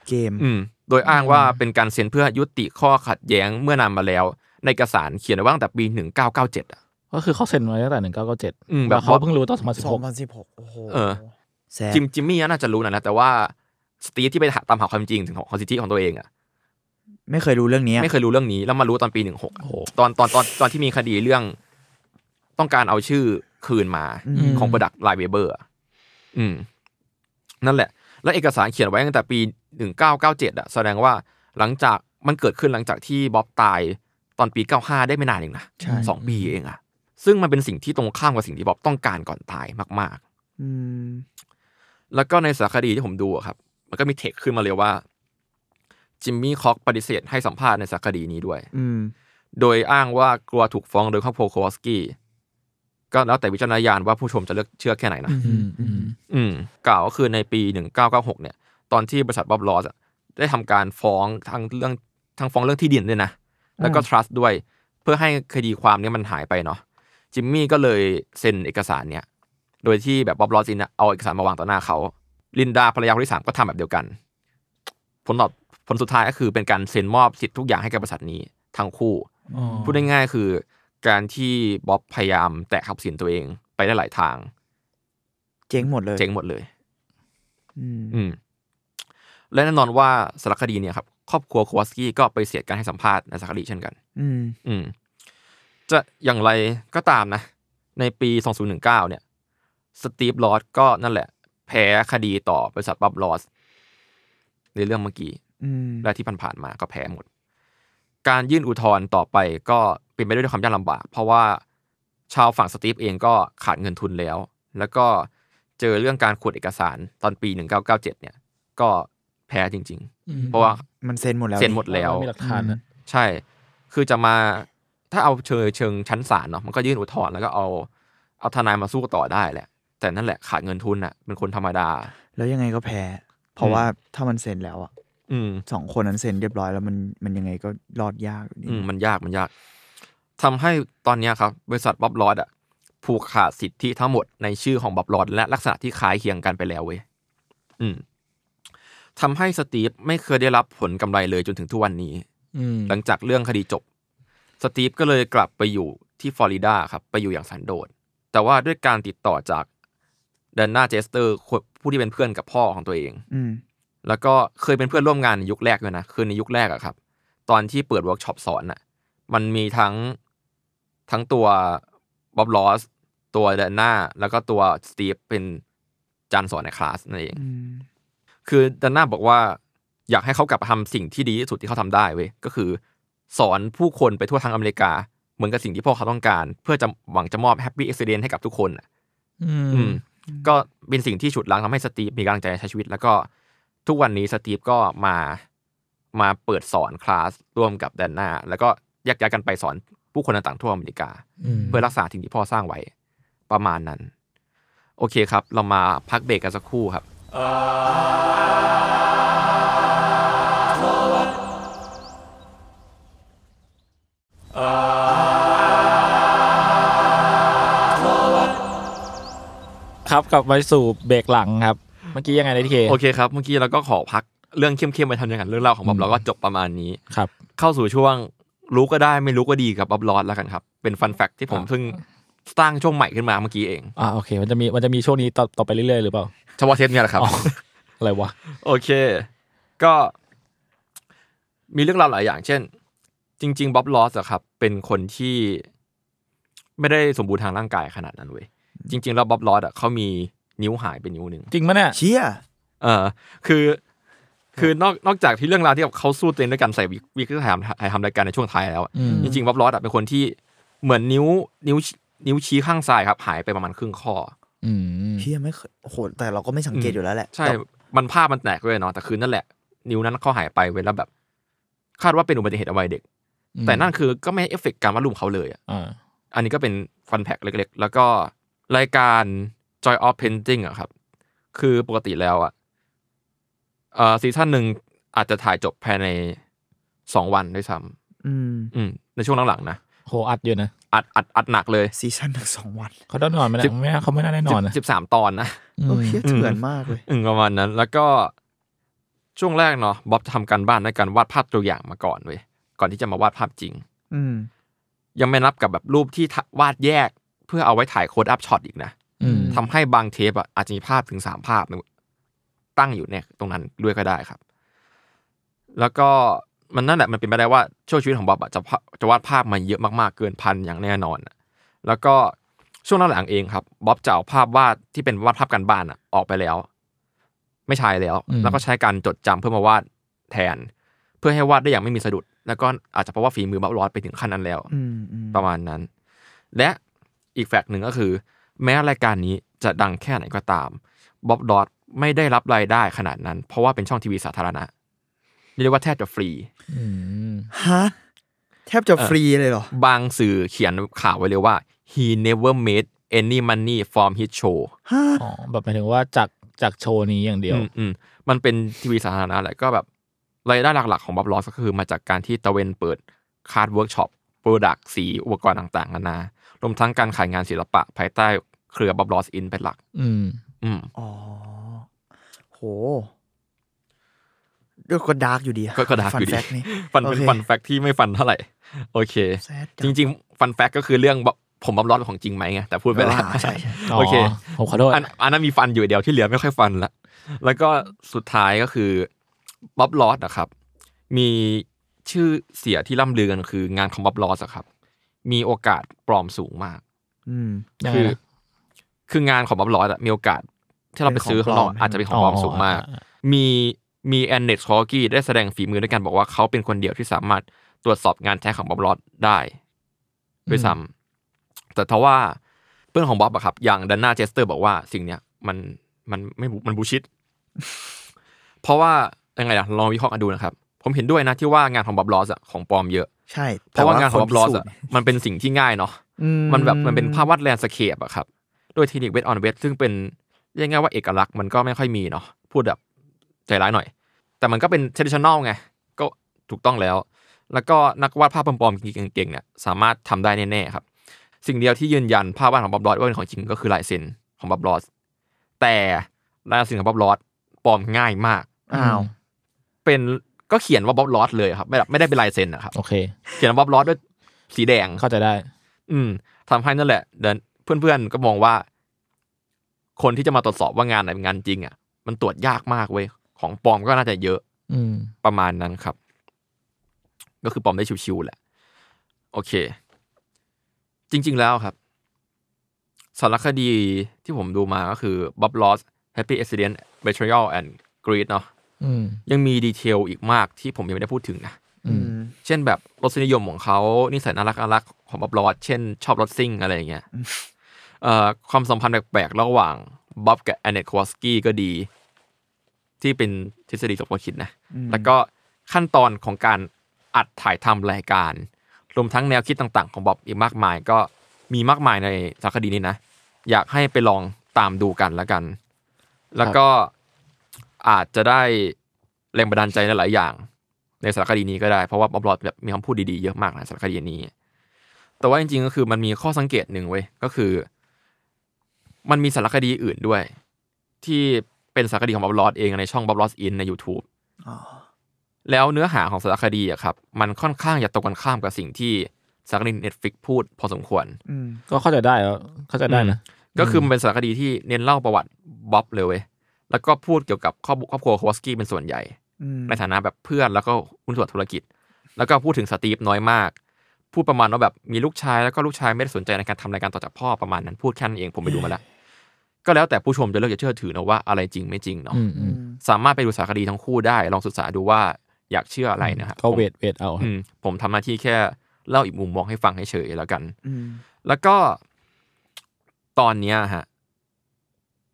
Speaker 4: เกม
Speaker 3: อืมโดยอ้างว่าเป็นการเซ็นเพื่อยุติข้อขัดแย้งเมื่อนานมาแล้ว ในเอกสารเขียนไว้ตั้งแต่ปี 1997อะ
Speaker 2: ก็คือเขาเซ็นไว้ตั้งแต่หนึ่งเก้าเก้าเจ็ด
Speaker 3: อืมแบบ
Speaker 2: แล้วเขาเพิ่งรู้ตอนสองพันสิบ
Speaker 4: สอ
Speaker 2: ห
Speaker 4: ง
Speaker 2: ก
Speaker 4: พันสิบหกโอ้โห
Speaker 3: เออ
Speaker 4: แซด
Speaker 3: จิมจิมมี่น่าจะรู้นะนะแต่ว่าสตีฟที่ไปหาตามหาความจริงถึงของสิทธิของตัวเองอะ
Speaker 4: ไม่เคยรู้เรื่องเนี้ย
Speaker 3: ไม่เคยรู้เรื่องนี้แล้วมารู้ตอนปีหนึ่งหกตอนตอนตอนตอนที่มีคดีเรื่อง ต้องการเอาชื่อคืนมาของประดักไลเวเบอร์อืม นั่นแหละ แล้วเอกสารเขียนไว้ตั้งแต่ปีหนึ่งเก้าเก้าเจ็ดอะแสดงว่าหลังจากมันเกิดขึ้นหลังจากที่บ๊อบตายตอนปีเก้าห้าได้ไม่นานเองนะสองปีเองอะซึ่งมันเป็นสิ่งที่ตรงข้ามกับสิ่งที่บ๊อบต้องการก่อนตายมาก ๆ
Speaker 4: อืม
Speaker 3: แล้วก็ในสารคดีที่ผมดูอะครับ มันก็มีเทคขึ้นมาเลยว่า จิมมี่คอกปฏิเสธให้สัมภาษณ์ในสารคดีนี้ด้วย
Speaker 4: อืม
Speaker 3: โดยอ้างว่ากลัวถูกฟ้องโดยครอบครัวโควอสกี้ ก็แล้วแต่วิจารณญาณว่าผู้ชมจะเลือกเชื่อแค่ไหนนะ
Speaker 2: อืมอืม
Speaker 3: อืมกล่าวก็คือในปี 1996 เนี่ย ตอนที่บริษัทบ๊อบลอสอะได้ทำการฟ้องทั้งเรื่องทั้งฟ้องเรื่องที่ดินด้วยนะ แล้วก็ trust ด้วย เพื่อให้คดีความเนี้มันหายไปเนาะ จิมมี่ก็เลยเซ็นเอกสารเนี่ย โดยที่แบบบ๊อบลอสอินอะเอาเอกสารมาวางต่อหน้าเขา ลินดาภรรยาคนที่สามก็ทำแบบเดียวกัน ผลตอบผลสุดท้ายก็คือเป็นการเซ็นมอบสิทธิ์ทุกอย่างให้กับบริษัทนี้ทั้งคู่
Speaker 2: อ๋อ
Speaker 3: พูดง่ายๆคือการที่บ๊อบพยายามแตะขับสินตัวเองไปได้หลายทาง
Speaker 4: เจ๊งหมดเลย
Speaker 3: เจ๊งหมดเลย
Speaker 4: อืม
Speaker 3: อืมและแน่นอนว่าสารคดีเนี่ยครับครอบครัวโควอสกี้ก็ไปเสียดการให้สัมภาษณ์ในสารคดีเช่นกัน
Speaker 4: อืม
Speaker 3: อืม จะอย่างไรก็ตามนะ ในปี 2019 เนี่ยสตีฟลอสก็นั่นแหละ แพ้คดีต่อบริษัทบับลอสในเรื่องเมื่อกี้
Speaker 4: อืม
Speaker 3: และที่ผ่านๆมาก็แพ้หมด การยื่นอุทธรณ์ต่อไปก็เป็นไปด้วยความยากลำบาก เพราะว่าชาวฝั่งสตีฟเองก็ขาดเงินทุนแล้ว แล้วก็เจอเรื่องการขวดเอกสารตอนปี 1997 เนี่ย ก็แพ้จริง
Speaker 2: อืม
Speaker 3: ๆ เพราะว่า
Speaker 4: มันเซ็นหมดแล้ว
Speaker 3: เซ็นหมดแล้ว
Speaker 2: มีหลักฐานนะ
Speaker 3: ใช่ คือจะมาถ้าเอาเชิงเชิงชั้นศาลเนาะ มันก็ยื่นอุทธรณ์แล้วก็เอาเอาทนายมาสู้ต่อได้แหละ แต่นั่นแหละขาดเงินทุนน่ะ เป็นคนธรรมดา
Speaker 4: แล้วยังไงก็แพ้ เพราะว่าถ้ามันเซ็นแล้วอะ
Speaker 3: อืม
Speaker 4: สองคนนั้นเซ็นเรียบร้อยแล้วมันมันยังไงก็รอดยากอยู่ดี
Speaker 3: อืมมันยากมันยากทำให้ตอนเนี้ยครับ บริษัทบ๊อบลอดอะ ผูกขาดสิทธิทั้งหมดในชื่อของบับลอนและลักษณะที่คล้ายเคียงกันไปแล้วเว้ยอืมทำให้สตีฟไม่เคยได้รับผลกำไรเลยจนถึงทุกวันนี้
Speaker 2: อืม
Speaker 3: หลังจากเรื่องคดีจบ สตีฟก็เลยกลับไปอยู่ที่ฟลอริดาครับ ไปอยู่อย่างสันโดษ แต่ว่าด้วยการติดต่อจากเดนน่าเจสเตอร์คนผู้ที่เป็นเพื่อนกับพ่อของตัวเอง
Speaker 4: อืม
Speaker 3: แล้วก็เคยเป็นเพื่อนร่วมงานในยุคแรกด้วยนะ คือในยุคแรกอะครับ ตอนที่เปิดเวิร์กช็อปสอนอะมันมีทั้งทั้งตัวบ๊อบลอส ตัวเดนน่าแล้วก็ตัวสตีฟเป็นจานสอนในคลาสนั่นเอง
Speaker 4: อืม
Speaker 3: คือดันน่าบอกว่าอยากให้เขากลับมาทำสิ่งที่ดีที่สุดที่เขาทำได้เว้ยก็คือ สอนผู้คนไปทั่วทั้งอเมริกา เหมือนกับสิ่งที่พ่อเขาต้องการ เพื่อจะหวังจะมอบแฮปปี้เอ็กซ์เดนให้กับทุกคนน่ะ
Speaker 2: อื
Speaker 3: อื
Speaker 2: ม
Speaker 3: มก็เป็นสิ่งที่ฉุดล้างทำให้สตีฟมีกำลังใจใช้ชีวิต แล้วก็ทุกวันนี้สตีฟก็มามาเปิดสอนคลาสร่วมกับแดนน่าแล้วก็แยกย้ายกันไปสอนผู้คนต่างๆทั่วอเมริกา
Speaker 2: อืม
Speaker 3: เพื่อรักษาสิ่งที่พ่อสร้างไว้ประมาณนั้น โอเคครับ เรามาพักเบรกกันสักครู่ครับ
Speaker 2: ครับกลับไปสู่เบรกหลังครับ เมื่อกี้ยังไงนะทีเค
Speaker 3: โอเคครับ เมื่อกี้เราก็ขอพักเรื่องเข้มๆไปทำอย่างนั้นเรื่องเล่าของบ๊อบ
Speaker 2: อืม
Speaker 3: เราก็จบประมาณนี้
Speaker 2: ครับ
Speaker 3: เข้าสู่ช่วงรู้ก็ได้ไม่รู้ก็ดีกับบ๊อบลอสแล้วกันครับ เป็นฟันแฟกที่ผม
Speaker 2: อ่ะ
Speaker 3: เพิ่งสร้างช่วงใหม่ขึ้นมาเมื่อกี้เอง
Speaker 2: อ่าโอเค มันจะมีมันจะมีช่วงนี้ต่อต่อไปเรื่อยๆหรือเปล่า
Speaker 3: เฉพาะเทปเนี่ยแหละครับ
Speaker 2: อ๋อ อะไรวะ
Speaker 3: โอเค ก็ มีเรื่องราวหลายอย่าง เช่น จริง ๆบ๊อบลอสอะครับ เป็นคนที่ไม่ได้สมบูรณ์ทางร่างกายขนาดนั้นเว้ยจริง ๆ แล้วบ๊อบลอสอะเขามีนิ้วหายเป็นนิ้วหนึ่ง
Speaker 2: จริงมะเนี่ย
Speaker 4: เชี่ย
Speaker 3: เออคือ คือนอกนอกจากที่เรื่องราวที่แบบเขาสู้ตัวเองด้วยกันใส่วิกวิกที่ถ่ายทำถ่ายทำรายการในช่วงท้ายแล้วอะ
Speaker 2: อืม
Speaker 3: จริงๆบ๊อบลอสอะเป็นคนที่เหมือนนิ้วนิ้วนิ้วชี้ข้างซ้ายครับ หายไปประมาณครึ่งข้อ
Speaker 2: อืม
Speaker 4: เชี่ยไม่เคยโอ้โหแต่เราก็ไม่สังเกต
Speaker 3: อืม
Speaker 4: อยู่แล้วแหละ
Speaker 3: ใช่
Speaker 4: แต่
Speaker 3: มันภาพมันแตกด้วยเนาะแต่คือนั่นแหละ นิ้วนั้นเขาหายไปเว้ยแล้วแบบ คาดว่าเป็นอุบัติเหตุเอาไว้เด็ก
Speaker 2: อืม
Speaker 3: แต่นั่นคือก็ไม่ให้เอฟเฟกต์การวาดรูปเขาเลยอะ
Speaker 2: อ่า
Speaker 3: อันนี้ก็เป็นฟันแพ็กเล็กๆ แล้วก็รายการ Joy of Painting อะครับ คือปกติแล้วอะเอ่อซีซั่นหนึ่งอาจจะถ่ายจบภายในสองวันด้วยซ้
Speaker 4: อืม
Speaker 3: ำอืม ในช่วงหลังๆนะ
Speaker 2: โหอัดอยู่นะ
Speaker 3: อัดอัดอัดหนักเลย
Speaker 4: ซีซั่นหนึ่งสองวัน
Speaker 2: เขาต้องนอนไหมนะไม่น่าเขาไม่น่าได้นอนนะ
Speaker 3: สิบสามตอนนะ
Speaker 2: อืม
Speaker 4: โอ้เชี่ยเถื่อนมากเลย
Speaker 3: อืมประมาณนั้น แล้วก็ช่วงแรกเนาะบ๊อบทำการบ้านในการวาดภาพตัวอย่างมาก่อนเว้ยก่อนที่จะมาวาดภาพจริง
Speaker 4: อืม
Speaker 3: ยังไม่นับกับแบบรูปที่ถ่าวาดแยก เพื่อเอาไว้ถ่ายโค้ดอัพช็อตอีกนะ
Speaker 2: อืม
Speaker 3: ทำให้บางเทปอ่ะอาจจะมีภาพถึงสามภาพเนี่ยตั้งอยู่เนี่ยตรงนั้นด้วยก็ได้ครับ แล้วก็มันนั่นแหละมันเป็นไปได้ว่าช่วงชีวิตของบ๊อบอะจะพะจะวาดภาพมาเยอะมากๆเกินพันอย่างแน่นอนอะแล้วก็ช่วงหลังๆเองครับบ๊อบจะเอาภาพวาดที่เป็นวาดภาพการบ้านอ่ะ ออกไปแล้ว ไม่ใช้แล้ว แล้วก็ใช้การจดจำเพื่อมาวาดแทน เพื่อให้วาดได้อย่างไม่มีสะดุด แล้วก็อาจจะเพราะว่าฝีมือบ๊อบลอดไปถึงขั้นนั้นแล้ว
Speaker 4: อืมอืม
Speaker 3: ประมาณนั้น และอีกแฟกต์หนึ่งก็คือ แม้รายการนี้จะดังแค่ไหนก็ตามบ๊อบดอตไม่ได้รับรายได้ขนาดนั้น เพราะว่าเป็นช่องทีวีสาธารณะ เรียกว่าแทบจะฟรี
Speaker 2: อืม
Speaker 4: ฮะแทบจะฟรีเลยเหรอ
Speaker 3: บางสื่อเขียนข่าวไว้เลยว่า he never made any money from his show
Speaker 4: ฮะ
Speaker 2: อ๋อแบบหมายถึงว่าจากจากโชว์นี้อย่างเดียว
Speaker 3: อืมอืมมันเป็นทีวีสาธารณะแหละก็แบบรายได้หลักๆของบ๊อบลอสก็คือมาจากการที่ตะเวนเปิดคาร์ดเวิร์กช็อปโปรดักต์สีอุปกรณ์ต่างๆนานารวมทั้งการขายงานศิลปะ ภายใต้เครือบ๊อบลอสอินเป็นหลัก
Speaker 2: อืม
Speaker 3: อืม
Speaker 4: อ๋อ โหด้วยก็ดาร์กอยู่ดีอะ
Speaker 3: ก็ก็ดาร์ก
Speaker 4: ฟั
Speaker 3: อยู่ดี
Speaker 4: แฟกต์ นี่
Speaker 3: ฟันเป็นฟันแฟกที่ไม่ฟันเท่าไหร่ โอเค
Speaker 4: แซด
Speaker 3: จริงๆ ฟันแฟกก็คือเรื่องแบบผมบับร้อนของจริงไหมไงแต่พูดไปแล้ว
Speaker 4: อ่าใช่ใช่
Speaker 2: อ๋อ
Speaker 3: โอเค
Speaker 2: ผมขอโทษ
Speaker 3: นอันนั้นมีฟันอยู่เดียวที่เหลือไม่ค่อยฟันละแล้วก็สุดท้ายก็คือบ๊อบลอสนะครับ มีชื่อเสียที่ล่ำลือกันคืองานของบ๊อบลอสอะครับ มีโอกาสปลอมสูงมาก
Speaker 4: อืม
Speaker 2: ยังไง
Speaker 3: คื
Speaker 2: นะ
Speaker 3: คืองานของบ๊อบลอสอะมีโอกาสที่เราไปซื้อข้างนอก
Speaker 4: เป็นของปลอม
Speaker 3: อาจจะเป็นของปลอมสูงมาก
Speaker 2: อ๋อ
Speaker 3: มีมีแอนเนตคอกี้ได้แสดงฝีมือด้วยกันบอกว่าเขาเป็นคนเดียวที่สามารถตรวจสอบงานแท้ของบ๊อบลอดได้ด้วยซ้ำแต่ทว่าเพื่อนของบ๊อบอะครับ อย่างดันน่าเจสเตอร์บอกว่าสิ่งเนี้ยมันมันไม่บูมันบูชิด เพราะว่ายังไงล่ะลองวิเคราะห์กันดูนะครับ ผมเห็นด้วยนะที่ว่างานของบ๊อบลอสอะของปลอมเยอะ
Speaker 4: ใช่
Speaker 3: เพราะว่างานของ
Speaker 4: ค
Speaker 3: บ๊อบลอส
Speaker 4: พิสูจ
Speaker 3: อะ
Speaker 4: น์
Speaker 3: มันเป็นสิ่งที่ง่ายเนาะ
Speaker 4: อื
Speaker 3: มันแบบมันเป็นภาพวาดแลนด์สเคปอะครับด้วยเทคนิคเวทออนเวทซึ่งเป็นเรียกง่ายว่าเอกลักษณ์มันก็ไม่ค่อยมีเนาะพูดแบบใจร้ายหน่อย แต่มันก็เป็น traditional ไง ก็ถูกต้องแล้ว แล้วก็นักวาดภาพปลอมๆเก่งๆเนี่ยสามารถทำได้แน่ๆครับ สิ่งเดียวที่ยืนยันภาพวาดของบ๊อบลอสว่าเป็นของจริงก็คือลายเซ็นของบ๊อบลอสแต่ลายเซ็นของบ๊อบลอสปลอมง่ายมาก
Speaker 4: อ้าว
Speaker 3: เป็นก็เขียนว่าบ๊อบลอสเลยครับไม่ได้ไม่ได้เป็นลายเซ็นนะครับ
Speaker 2: โอเค
Speaker 3: เขียนว่าบ๊อบลอสด้วยสีแดง
Speaker 2: เข้าใจได้
Speaker 3: อืมทำให้นั่นแหละเดินเพื่อนๆก็มองว่า คนที่จะมาตรวจสอบว่างานไหนเป็นงานจริงอ่ะมันตรวจยากมากเว้ยของปลอมก็น่าจะเยอะ
Speaker 2: อืม
Speaker 3: ประมาณนั้นครับ ก็คือปลอมได้ชิวๆแหละ โอเค จริง ๆ แล้วครับสารคดีที่ผมดูมาก็คือ Bob Ross Happy Accident Betrayal and Greed เนาะ
Speaker 2: อืม
Speaker 3: ยังมีดีเทลอีกมากที่ผมยังไม่ได้พูดถึงนะ
Speaker 2: อืม
Speaker 3: เช่นแบบรสนิยมของเขานิสัยน่ารักน่ารักของบ๊อบลอดเช่น ชอบรถซิ่งอะไรอย่างเงี้ยเอ่อความสัมพันธ์แปลกๆ ระหว่างบ๊อบกับแอนเนตควอสกี้ก็ดี ที่เป็นทฤษฎีสมคบคิดนะ แล้วก็ขั้นตอนของการอัดถ่ายทำรายการ รวมทั้งแนวคิดต่างๆ ของบ๊อบอีกมากมาย ก็มีมากมายในสารคดีนี้นะ อยากให้ไปลองตามดูกันแล้วกัน แล้วก็อาจจะได้แรงบันดาลใจหลายๆอย่าง ในสารคดีนี้ก็ได้ เพราะว่าบ๊อบลอดแบบมีคำพูดดีๆเยอะมากในสารคดีนี้ แต่ว่าจริงๆก็คือมันมีข้อสังเกตหนึ่งเว้ยก็คือ มันมีสารคดีอื่นด้วย ที่เป็นสารคดีของบ๊อบลอดเองในช่องบ๊อบลอดอินใน YouTube
Speaker 4: อ๋อ
Speaker 3: แล้วเนื้อหาของสารคดีอะครับ มันค่อนข้างจะตรงกันข้ามกับสิ่งที่สารคดีเน็ตฟิกพูดพอสมควร
Speaker 4: อืม
Speaker 2: ก็เข้าใจได้แล้วเข้าใจได้นะ
Speaker 3: ก็คือมันเป็นสารคดีที่เน้นเล่าประวัติบ๊อบเลยเว้ยแล้วก็พูดเกี่ยวกับครอบครอบครัวควอสกี้เป็นส่วนใหญ่
Speaker 4: อืม
Speaker 3: ในฐานะแบบเพื่อนแล้วก็หุ้นส่วนธุรกิจ แล้วก็พูดถึงสตีฟน้อยมาก พูดประมาณว่าแบบมีลูกชายแล้วก็ลูกชายไม่ได้สนใจในการทำรายการต่อจากพ่อประมาณนั้นพูดแค่นั้นเองผมไปดูมาแล้วก็แล้วแต่ผู้ชมจะเลือกจะเชื่อถือนะว่าอะไรจริงไม่จริงเนาะ
Speaker 2: อืมอืม
Speaker 3: สามารถไปดูสารคดีทั้งคู่ได้ ลองศึกษาดูว่าอยากเชื่ออะไรนะครับ
Speaker 2: ก็เวทเวทเอา
Speaker 3: อืมผมทำหน้าที่แค่เล่าอีกมุมมองให้ฟังให้เฉยๆแล้วกัน
Speaker 4: อืม
Speaker 3: แล้วก็ตอนเนี้ยฮะ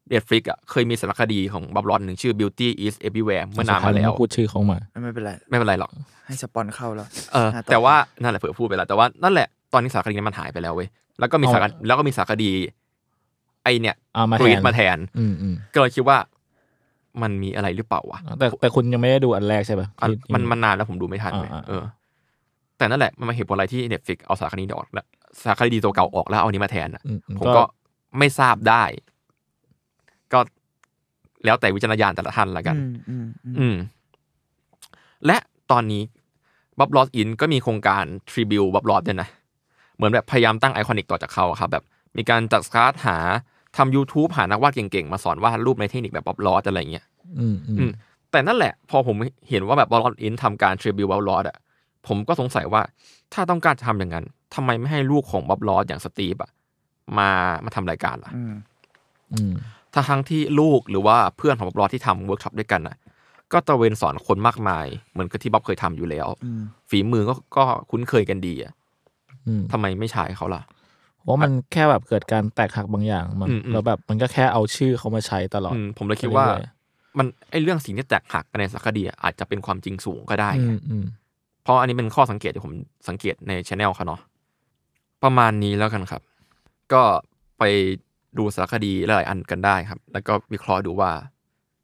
Speaker 3: เดดฟลิกอ่ะเคยมีสารคดีของบับลอนหนึ่งชื่อ Beauty is Everywhere เมื่อนานมาแล้ว
Speaker 2: พูดชื่อเขามา
Speaker 4: ไม่เป็นไร
Speaker 3: ไม่เป็นไรหรอก
Speaker 4: ให้สปอนเข้าแล้ว
Speaker 3: เออ
Speaker 4: หน้ต่อ
Speaker 3: แต่ว่านั่นแหละเผื่อพูดไปแล้วแต่ว่านั่นแหละตอนนี้สารคดีนี้มันหายไปแล้วเว้ยแล้วก็มีสารคดีแล้วก็มีสารคดี ไอเนี่ย
Speaker 2: เอามาก แท
Speaker 3: รีด
Speaker 2: น
Speaker 3: มาแทน
Speaker 2: อืมอืม
Speaker 3: ก็เลยคิดว่า มันมีอะไรหรือเปล่าวะ
Speaker 2: แต่แต่คุณยังไม่ได้ดูอันแรกใช่ป่ะ
Speaker 3: อัน
Speaker 2: ที่
Speaker 3: มันมันนานแล้วผมดูไม่ทันเลย
Speaker 2: อ่าๆ
Speaker 3: เออ แต่นั่นแหละมันมาเหตุผลอะไรที่เน็ตฟิกเอาสารคดีนี้ออกแล้วสารคดีตัวเก่าออกแล้วเอาอันนี้มาแทนอะ
Speaker 2: อือื
Speaker 3: ผมก็ไม่ทราบได้ ก็แล้วแต่วิจารณญาณแต่ละท่านละกัน
Speaker 4: อืมอืมอืม
Speaker 3: อืม และตอนนี้บ๊อบลอสอินก็มีโครงการทริบิวบ๊อบลอสเนี่ยนะ เหมือนแบบพยายามตั้งไอคอนิกต่อจากเขาอะครับแบบ มีการจัดคลาสหาทำ YouTube หานักวาดเก่งๆ มาสอนวาดรูปในเทคนิคแบบบ๊อบลอสอะไรอย่างเงี้ย
Speaker 2: อืมอื
Speaker 3: อื
Speaker 2: ม
Speaker 3: ม แต่นั่นแหละ พอผมเห็นว่าแบบบ๊อบลอสอินทำการทริบิวบ๊อบลอสอะผมก็สงสัยว่าถ้าต้องการจะทำอย่างนั้นทำไมไม่ให้ลูกของบ๊อบลอสอย่างสตีฟอะมามาทำรายการล่ะ
Speaker 4: อืม
Speaker 2: อืม
Speaker 3: ทั้งทั้งๆที่ลูกหรือว่าเพื่อนของบ๊อบลอสที่ทำเวิร์กช็อปด้วยกันนะก็ตระเวนสอนคนมากมาย เหมือนกับที่บ๊อบเคยทำอยู่แล้ว
Speaker 4: อืม
Speaker 3: ฝีมือก็ก็คุ้นเคยกันดีอะ
Speaker 2: อืม
Speaker 3: ทำไมไม่ใช้เขาล่ะ
Speaker 2: เพราะมันแค่แบบเกิดการแตกหักบางอย่างมัน
Speaker 3: อืมอืม
Speaker 2: แล้วแบบมันก็แค่เอาชื่อเขามาใช้ตลอด
Speaker 3: อืมผมเลยคิดว่า
Speaker 2: เรื่อย
Speaker 3: มันไอเรื่องสิ่งที่แตกหักกันในสารคดีอะอาจจะเป็นความจริงสูงก็ได้
Speaker 2: ๆ
Speaker 3: ไง
Speaker 2: อืมอืม
Speaker 3: เพราะอันนี้เป็นข้อสังเกตที่ผมสังเกตในช anel เขาเนาะประมาณนี้แล้วกันครับ ก็ไปดูสารคดีหลายๆอันกันได้ครับ แล้วก็วิเคราะห์ดูว่า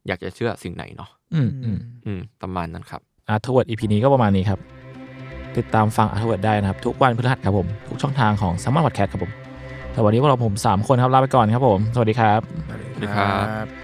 Speaker 3: อยากจะเชื่อสิ่งไหนเนาะ
Speaker 2: อืมอื
Speaker 4: อืม
Speaker 2: ม
Speaker 3: อืม ประมาณนั้นครับ
Speaker 2: อาร์ทเวิร์ดอีพีนี้ก็ประมาณนี้ครับ ติดตามฟังอาร์ทเวิร์ดได้นะครับ ทุกวันพฤหัสครับผม ทุกช่องทางของสมาร์ทพอดแคสต์ครับผมแต่วันนี้พวกเราผม 3 คนครับ ลาไปก่อนครับผม สวัสดีครับ
Speaker 4: สวัส
Speaker 3: สวัสดีครับ
Speaker 4: บ